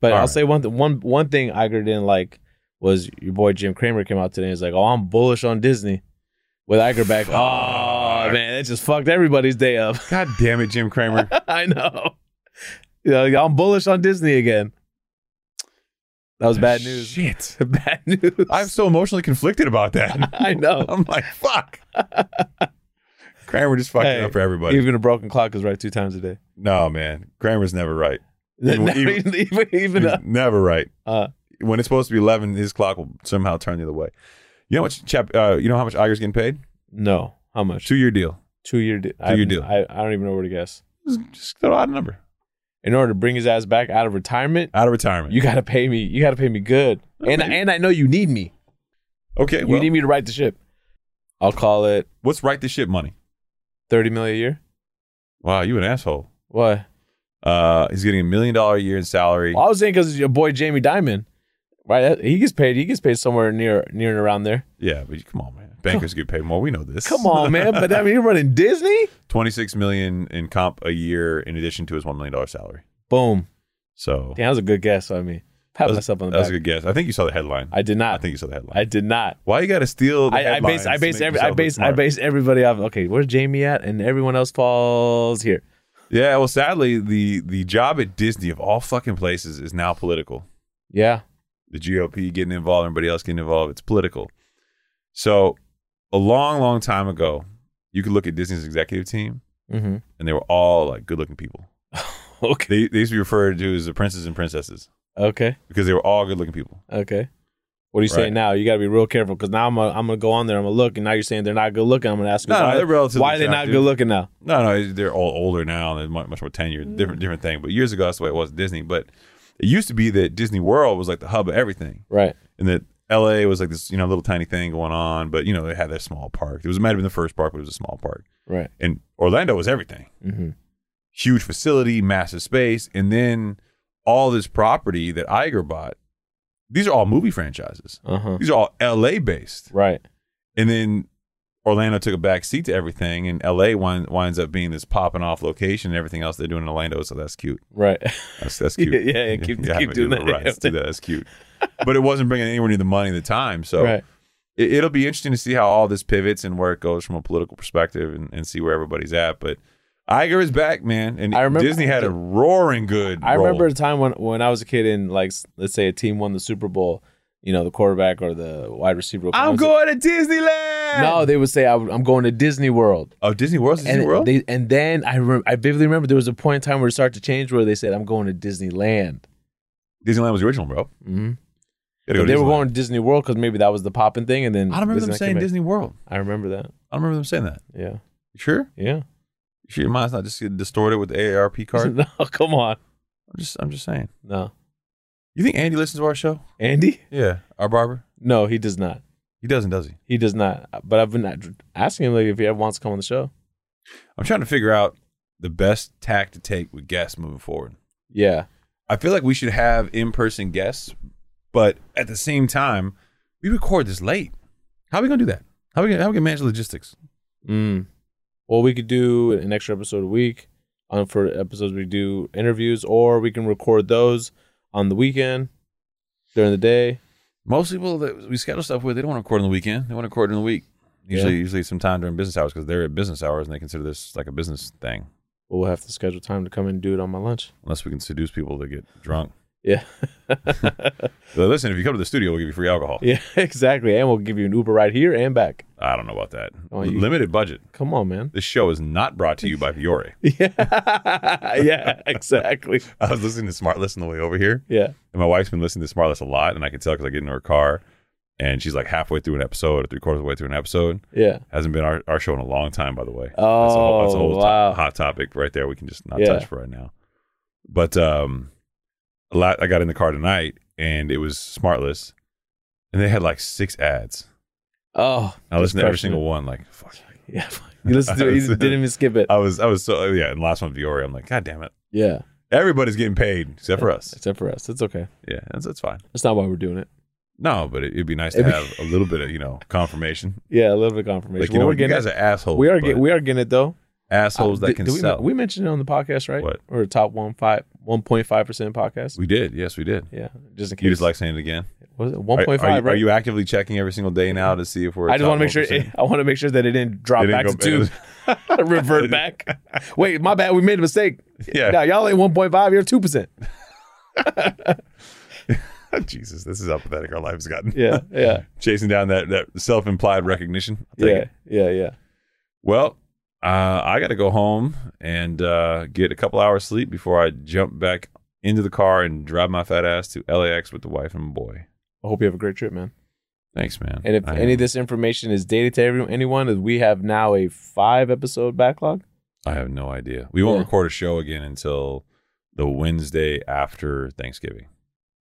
[SPEAKER 2] But
[SPEAKER 3] All
[SPEAKER 2] I'll
[SPEAKER 3] right.
[SPEAKER 2] say one, th- one, one thing Iger didn't like was your boy Jim Cramer came out today and was like, oh, I'm bullish on Disney with Iger back. oh,
[SPEAKER 3] Fuck.
[SPEAKER 2] man, that just fucked everybody's day up.
[SPEAKER 3] God damn it, Jim Cramer.
[SPEAKER 2] I know. You know, like, I'm bullish on Disney again. That was bad news.
[SPEAKER 3] Shit.
[SPEAKER 2] bad news.
[SPEAKER 3] I'm so emotionally conflicted about that.
[SPEAKER 2] I know.
[SPEAKER 3] I'm like, fuck. Cramer just fucked
[SPEAKER 2] Hey,
[SPEAKER 3] it up for everybody.
[SPEAKER 2] Even a broken clock is right two times a day.
[SPEAKER 3] no, man. Cramer's never right. Even-
[SPEAKER 2] Even, even, even
[SPEAKER 3] He's
[SPEAKER 2] uh,
[SPEAKER 3] never right.
[SPEAKER 2] Uh.
[SPEAKER 3] when it's supposed to be eleven, his clock will somehow turn the other way. You know how much chap? Uh, you know how much Iger's getting paid?
[SPEAKER 2] no. How much?
[SPEAKER 3] Two year deal.
[SPEAKER 2] Two year deal. I,
[SPEAKER 3] Two-year deal.
[SPEAKER 2] I, I don't even know where to guess.
[SPEAKER 3] Just, just throw out a number
[SPEAKER 2] In order to bring his ass back out of retirement,
[SPEAKER 3] out of retirement.
[SPEAKER 2] you gotta pay me. You gotta pay me good. And
[SPEAKER 3] maybe.
[SPEAKER 2] and I know you need me.
[SPEAKER 3] okay?
[SPEAKER 2] you
[SPEAKER 3] Well,
[SPEAKER 2] need me to right the ship. I'll call it
[SPEAKER 3] what's right this shit money?
[SPEAKER 2] thirty million a year.
[SPEAKER 3] Wow, you an asshole.
[SPEAKER 2] What?
[SPEAKER 3] Uh, he's getting a million dollar a year in salary.
[SPEAKER 2] Well, I was saying because your boy Jamie Dimon, right? that- He gets paid. He gets paid somewhere near near and around there.
[SPEAKER 3] Yeah, but you, come on, man. Bankers get paid more. We know this.
[SPEAKER 2] Come on, man. But I mean, you're running Disney.
[SPEAKER 3] twenty six million in comp a year in addition to his one million dollar salary.
[SPEAKER 2] Boom.
[SPEAKER 3] So
[SPEAKER 2] Damn, that was a good guess. I mean, pat
[SPEAKER 3] that was-
[SPEAKER 2] myself on
[SPEAKER 3] that
[SPEAKER 2] the
[SPEAKER 3] was a
[SPEAKER 2] back.
[SPEAKER 3] good guess. I think you saw the headline.
[SPEAKER 2] I did
[SPEAKER 3] I
[SPEAKER 2] not.
[SPEAKER 3] think you saw the headline.
[SPEAKER 2] I did not.
[SPEAKER 3] Why you got to steal? The
[SPEAKER 2] I, I base I
[SPEAKER 3] headlines to
[SPEAKER 2] base
[SPEAKER 3] make
[SPEAKER 2] every I
[SPEAKER 3] yourself look
[SPEAKER 2] base I
[SPEAKER 3] smart?
[SPEAKER 2] base everybody off. Okay, where's Jamie at? And everyone else falls here.
[SPEAKER 3] Yeah, well, sadly, the the job at Disney of all fucking places is now political.
[SPEAKER 2] Yeah.
[SPEAKER 3] The GOP getting involved, everybody else getting involved. It's political. So, a long, long time ago, you could look at Disney's executive team,
[SPEAKER 2] Mm-hmm.
[SPEAKER 3] and they were all like good-looking people.
[SPEAKER 2] Okay.
[SPEAKER 3] They, they used to be referred to as the princes and princesses
[SPEAKER 2] Okay.
[SPEAKER 3] because they were all good-looking people.
[SPEAKER 2] Okay. What are you
[SPEAKER 3] Right.
[SPEAKER 2] saying now? You got to be real careful because now I'm gonna, I'm gonna go on there. I'm gonna look, and now you're saying they're not good looking. I'm gonna ask you
[SPEAKER 3] No, no,
[SPEAKER 2] why,
[SPEAKER 3] they're relatively.
[SPEAKER 2] why are they not
[SPEAKER 3] attractive.
[SPEAKER 2] good looking now?
[SPEAKER 3] No, no, they're all older now. They're mu- much more tenured, different, different thing. But years ago, that's the way it was at Disney. But it used to be that Disney World was like the hub of everything.
[SPEAKER 2] Right.
[SPEAKER 3] and that LA was like this, you know, little tiny thing going on, but you know, they had their small park. It was it might have been the first park, but it was a small park.
[SPEAKER 2] Right.
[SPEAKER 3] And Orlando was everything.
[SPEAKER 2] Mm-hmm.
[SPEAKER 3] Huge facility, massive space, and then all this property that Iger bought. These are all movie franchises.
[SPEAKER 2] Uh huh.
[SPEAKER 3] These are all L.A. based,
[SPEAKER 2] Right.
[SPEAKER 3] and then Orlando took a back seat to everything, and L.A. wind, winds up being this popping off location. And everything else they're doing in Orlando, so that's cute.
[SPEAKER 2] Right.
[SPEAKER 3] That's that's cute.
[SPEAKER 2] Yeah, yeah, keep- keep doing that.
[SPEAKER 3] Right, let's do that. That's cute. But it wasn't bringing anywhere near the money at the time, so
[SPEAKER 2] right.
[SPEAKER 3] it, it'll be interesting to see how all this pivots and where it goes from a political perspective and, and see where everybody's at. But Iger is back, man, and
[SPEAKER 2] I remember-
[SPEAKER 3] Disney had a roaring good.
[SPEAKER 2] I
[SPEAKER 3] roll.
[SPEAKER 2] remember a time when when I was a kid and like s- let's say a team won the Super Bowl, you know, the quarterback or the wide receiver. would come out
[SPEAKER 3] I'm
[SPEAKER 2] and say-
[SPEAKER 3] going to Disneyland.
[SPEAKER 2] No, they would say I, am going to Disney World.
[SPEAKER 3] oh Disney World, Disney
[SPEAKER 2] and
[SPEAKER 3] World.
[SPEAKER 2] They, and then I rem- I vividly remember there was a point in time where it started to change where they said I'm going to Disneyland.
[SPEAKER 3] Disneyland was the original, bro.
[SPEAKER 2] Mm-hmm.
[SPEAKER 3] You gotta go to
[SPEAKER 2] they were
[SPEAKER 3] Disneyland.
[SPEAKER 2] going to Disney World because maybe that was the popping thing, and then
[SPEAKER 3] I don't remember
[SPEAKER 2] Disneyland
[SPEAKER 3] them saying
[SPEAKER 2] came in.
[SPEAKER 3] Disney World.
[SPEAKER 2] I remember that.
[SPEAKER 3] I don't remember them saying that.
[SPEAKER 2] Yeah,
[SPEAKER 3] You sure?
[SPEAKER 2] yeah.
[SPEAKER 3] You sure your mind's not just getting distorted with the AARP card?
[SPEAKER 2] no, come on.
[SPEAKER 3] I'm just, I'm just saying.
[SPEAKER 2] No,
[SPEAKER 3] You think Andy listens to our show?
[SPEAKER 2] Andy?
[SPEAKER 3] Yeah, our barber.
[SPEAKER 2] No, he does not.
[SPEAKER 3] He doesn't, does he?
[SPEAKER 2] He does not. But I've been ad- asking him like if he ever wants to come on the show.
[SPEAKER 3] I'm trying to figure out the best tack to take with guests moving forward.
[SPEAKER 2] Yeah,
[SPEAKER 3] I feel like we should have in-person guests, but at the same time, we record this late. How are we gonna do that? How we gonna, how we gonna manage the logistics?
[SPEAKER 2] Mm. Well, we could do an extra episode a week. Um, for episodes, we do interviews, or we can record those on the weekend during the day.
[SPEAKER 3] Most people that we schedule stuff with, they don't want to record on the weekend. They want to record during the week. Usually,
[SPEAKER 2] Yeah.
[SPEAKER 3] usually sometime during business hours because they're at business hours and they consider this like a business thing.
[SPEAKER 2] But we'll have to schedule time to come and do it on my lunch.
[SPEAKER 3] Unless we can seduce people to get drunk.
[SPEAKER 2] Yeah,
[SPEAKER 3] They're like, Listen, if you come to the studio, we'll give you free alcohol.
[SPEAKER 2] yeah, exactly. And we'll give you an Uber right here and back.
[SPEAKER 3] I don't know about that.
[SPEAKER 2] Oh, you-
[SPEAKER 3] Limited budget.
[SPEAKER 2] Come on, man.
[SPEAKER 3] This show is not brought to you by Fiore.
[SPEAKER 2] Yeah, yeah, exactly.
[SPEAKER 3] I was listening to Smart List on the way over here.
[SPEAKER 2] Yeah,
[SPEAKER 3] And my wife's been listening to Smartless a lot, and I can tell because I get in her car, and she's like halfway through an episode or three quarters of the way through an episode.
[SPEAKER 2] yeah.
[SPEAKER 3] Hasn't been our, our show in a long time, by the way.
[SPEAKER 2] Oh,
[SPEAKER 3] that's a whole, that's a whole to-
[SPEAKER 2] wow.
[SPEAKER 3] hot topic right there. We can just not
[SPEAKER 2] Yeah.
[SPEAKER 3] touch for right now. But um, a lot. I got in the car tonight, and it was Smartless, and they had like six ads.
[SPEAKER 2] Oh,
[SPEAKER 3] I listened to every
[SPEAKER 2] crushing
[SPEAKER 3] single
[SPEAKER 2] it.
[SPEAKER 3] one. Like, fuck.
[SPEAKER 2] Yeah, you listened to it. You didn't even skip it.
[SPEAKER 3] I was I was so yeah. And last one, Viore. I'm like, god damn it.
[SPEAKER 2] Yeah,
[SPEAKER 3] Everybody's getting paid except for us.
[SPEAKER 2] except for us. It's okay.
[SPEAKER 3] Yeah, that's, that's fine.
[SPEAKER 2] That's not why we're doing it.
[SPEAKER 3] No, but it, it'd be nice to
[SPEAKER 2] It'd
[SPEAKER 3] have a little bit of you know confirmation.
[SPEAKER 2] Yeah, a little bit of confirmation.
[SPEAKER 3] Like you
[SPEAKER 2] Well,
[SPEAKER 3] know,
[SPEAKER 2] we're
[SPEAKER 3] you
[SPEAKER 2] getting
[SPEAKER 3] guys are assholes.
[SPEAKER 2] We are
[SPEAKER 3] but
[SPEAKER 2] get, we are getting it though.
[SPEAKER 3] assholes
[SPEAKER 2] Uh,
[SPEAKER 3] that
[SPEAKER 2] did-
[SPEAKER 3] can
[SPEAKER 2] did we,
[SPEAKER 3] sell. We,
[SPEAKER 2] We mentioned it on the podcast, right?
[SPEAKER 3] What?
[SPEAKER 2] We're a top one five one point five percent podcast.
[SPEAKER 3] did, yes, we did.
[SPEAKER 2] yeah, just in case.
[SPEAKER 3] You just like saying it again.
[SPEAKER 2] what is it
[SPEAKER 3] Are-
[SPEAKER 2] one point
[SPEAKER 3] are, you-
[SPEAKER 2] five?
[SPEAKER 3] Are
[SPEAKER 2] Right?
[SPEAKER 3] you actively checking every single day now to see if we're?
[SPEAKER 2] I just want
[SPEAKER 3] top
[SPEAKER 2] to make sure.
[SPEAKER 3] 1%?
[SPEAKER 2] I want to make sure that it didn't drop
[SPEAKER 3] It didn't
[SPEAKER 2] back to
[SPEAKER 3] go
[SPEAKER 2] two, revert back. Wait, my bad. We made a mistake.
[SPEAKER 3] Yeah.
[SPEAKER 2] Now y'all ain't one point five. You're two percent.
[SPEAKER 3] Jesus, this is how pathetic our life has gotten.
[SPEAKER 2] Yeah, yeah,
[SPEAKER 3] Chasing down that that self implied recognition. I'll take
[SPEAKER 2] yeah,
[SPEAKER 3] it.
[SPEAKER 2] yeah, yeah.
[SPEAKER 3] Well, uh, I got to go home and uh, get a couple hours sleep before I jump back into the car and drive my fat ass to LAX with the wife and boy.
[SPEAKER 2] I hope you have a great trip, man.
[SPEAKER 3] Thanks, man.
[SPEAKER 2] And if
[SPEAKER 3] I-
[SPEAKER 2] any of this information is dated to everyone, anyone, is we have now a five episode backlog.
[SPEAKER 3] I have no idea. We won't
[SPEAKER 2] Yeah.
[SPEAKER 3] record a show again until the Wednesday after Thanksgiving.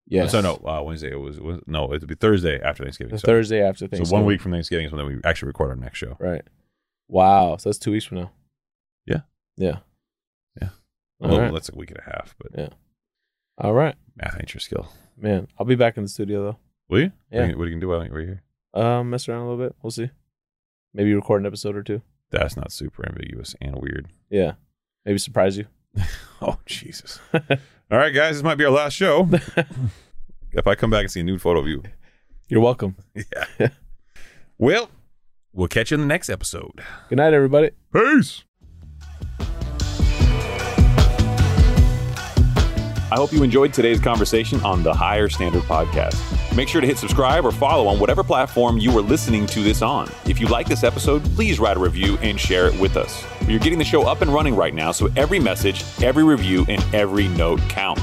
[SPEAKER 2] Yeah.
[SPEAKER 3] So no, uh, Wednesday it was, it was- no, it would be Thursday after Thanksgiving.
[SPEAKER 2] the
[SPEAKER 3] So-
[SPEAKER 2] Thursday after
[SPEAKER 3] So
[SPEAKER 2] Thanksgiving.
[SPEAKER 3] one week from Thanksgiving is when we actually record our next show.
[SPEAKER 2] Right. Wow. So that's two weeks from now.
[SPEAKER 3] Yeah.
[SPEAKER 2] Yeah.
[SPEAKER 3] Yeah.
[SPEAKER 2] All
[SPEAKER 3] well,
[SPEAKER 2] right.
[SPEAKER 3] Oh, that's a week and a half, but
[SPEAKER 2] All right.
[SPEAKER 3] math ain't your skill.
[SPEAKER 2] Man, I'll be back in the studio
[SPEAKER 3] Will you?
[SPEAKER 2] Yeah.
[SPEAKER 3] What are you, what are you gonna do while you're here?
[SPEAKER 2] though. Um, mess around a little bit. We'll see. Maybe record an episode or two.
[SPEAKER 3] That's not super ambiguous and weird.
[SPEAKER 2] Yeah. Maybe surprise you.
[SPEAKER 3] Oh Jesus! All right, guys, this might be our last show. if I come back and see a nude photo of you,
[SPEAKER 2] You're welcome.
[SPEAKER 3] yeah. well, we'll catch you in the next episode.
[SPEAKER 2] Good night, everybody.
[SPEAKER 3] Peace.
[SPEAKER 1] I hope you enjoyed today's conversation on the Higher Standard Podcast. Make sure to hit subscribe or follow on whatever platform you are listening to this on. If you like this episode, please write a review and share it with us. You're getting the show up and running right now, so every message, every review, and every note counts.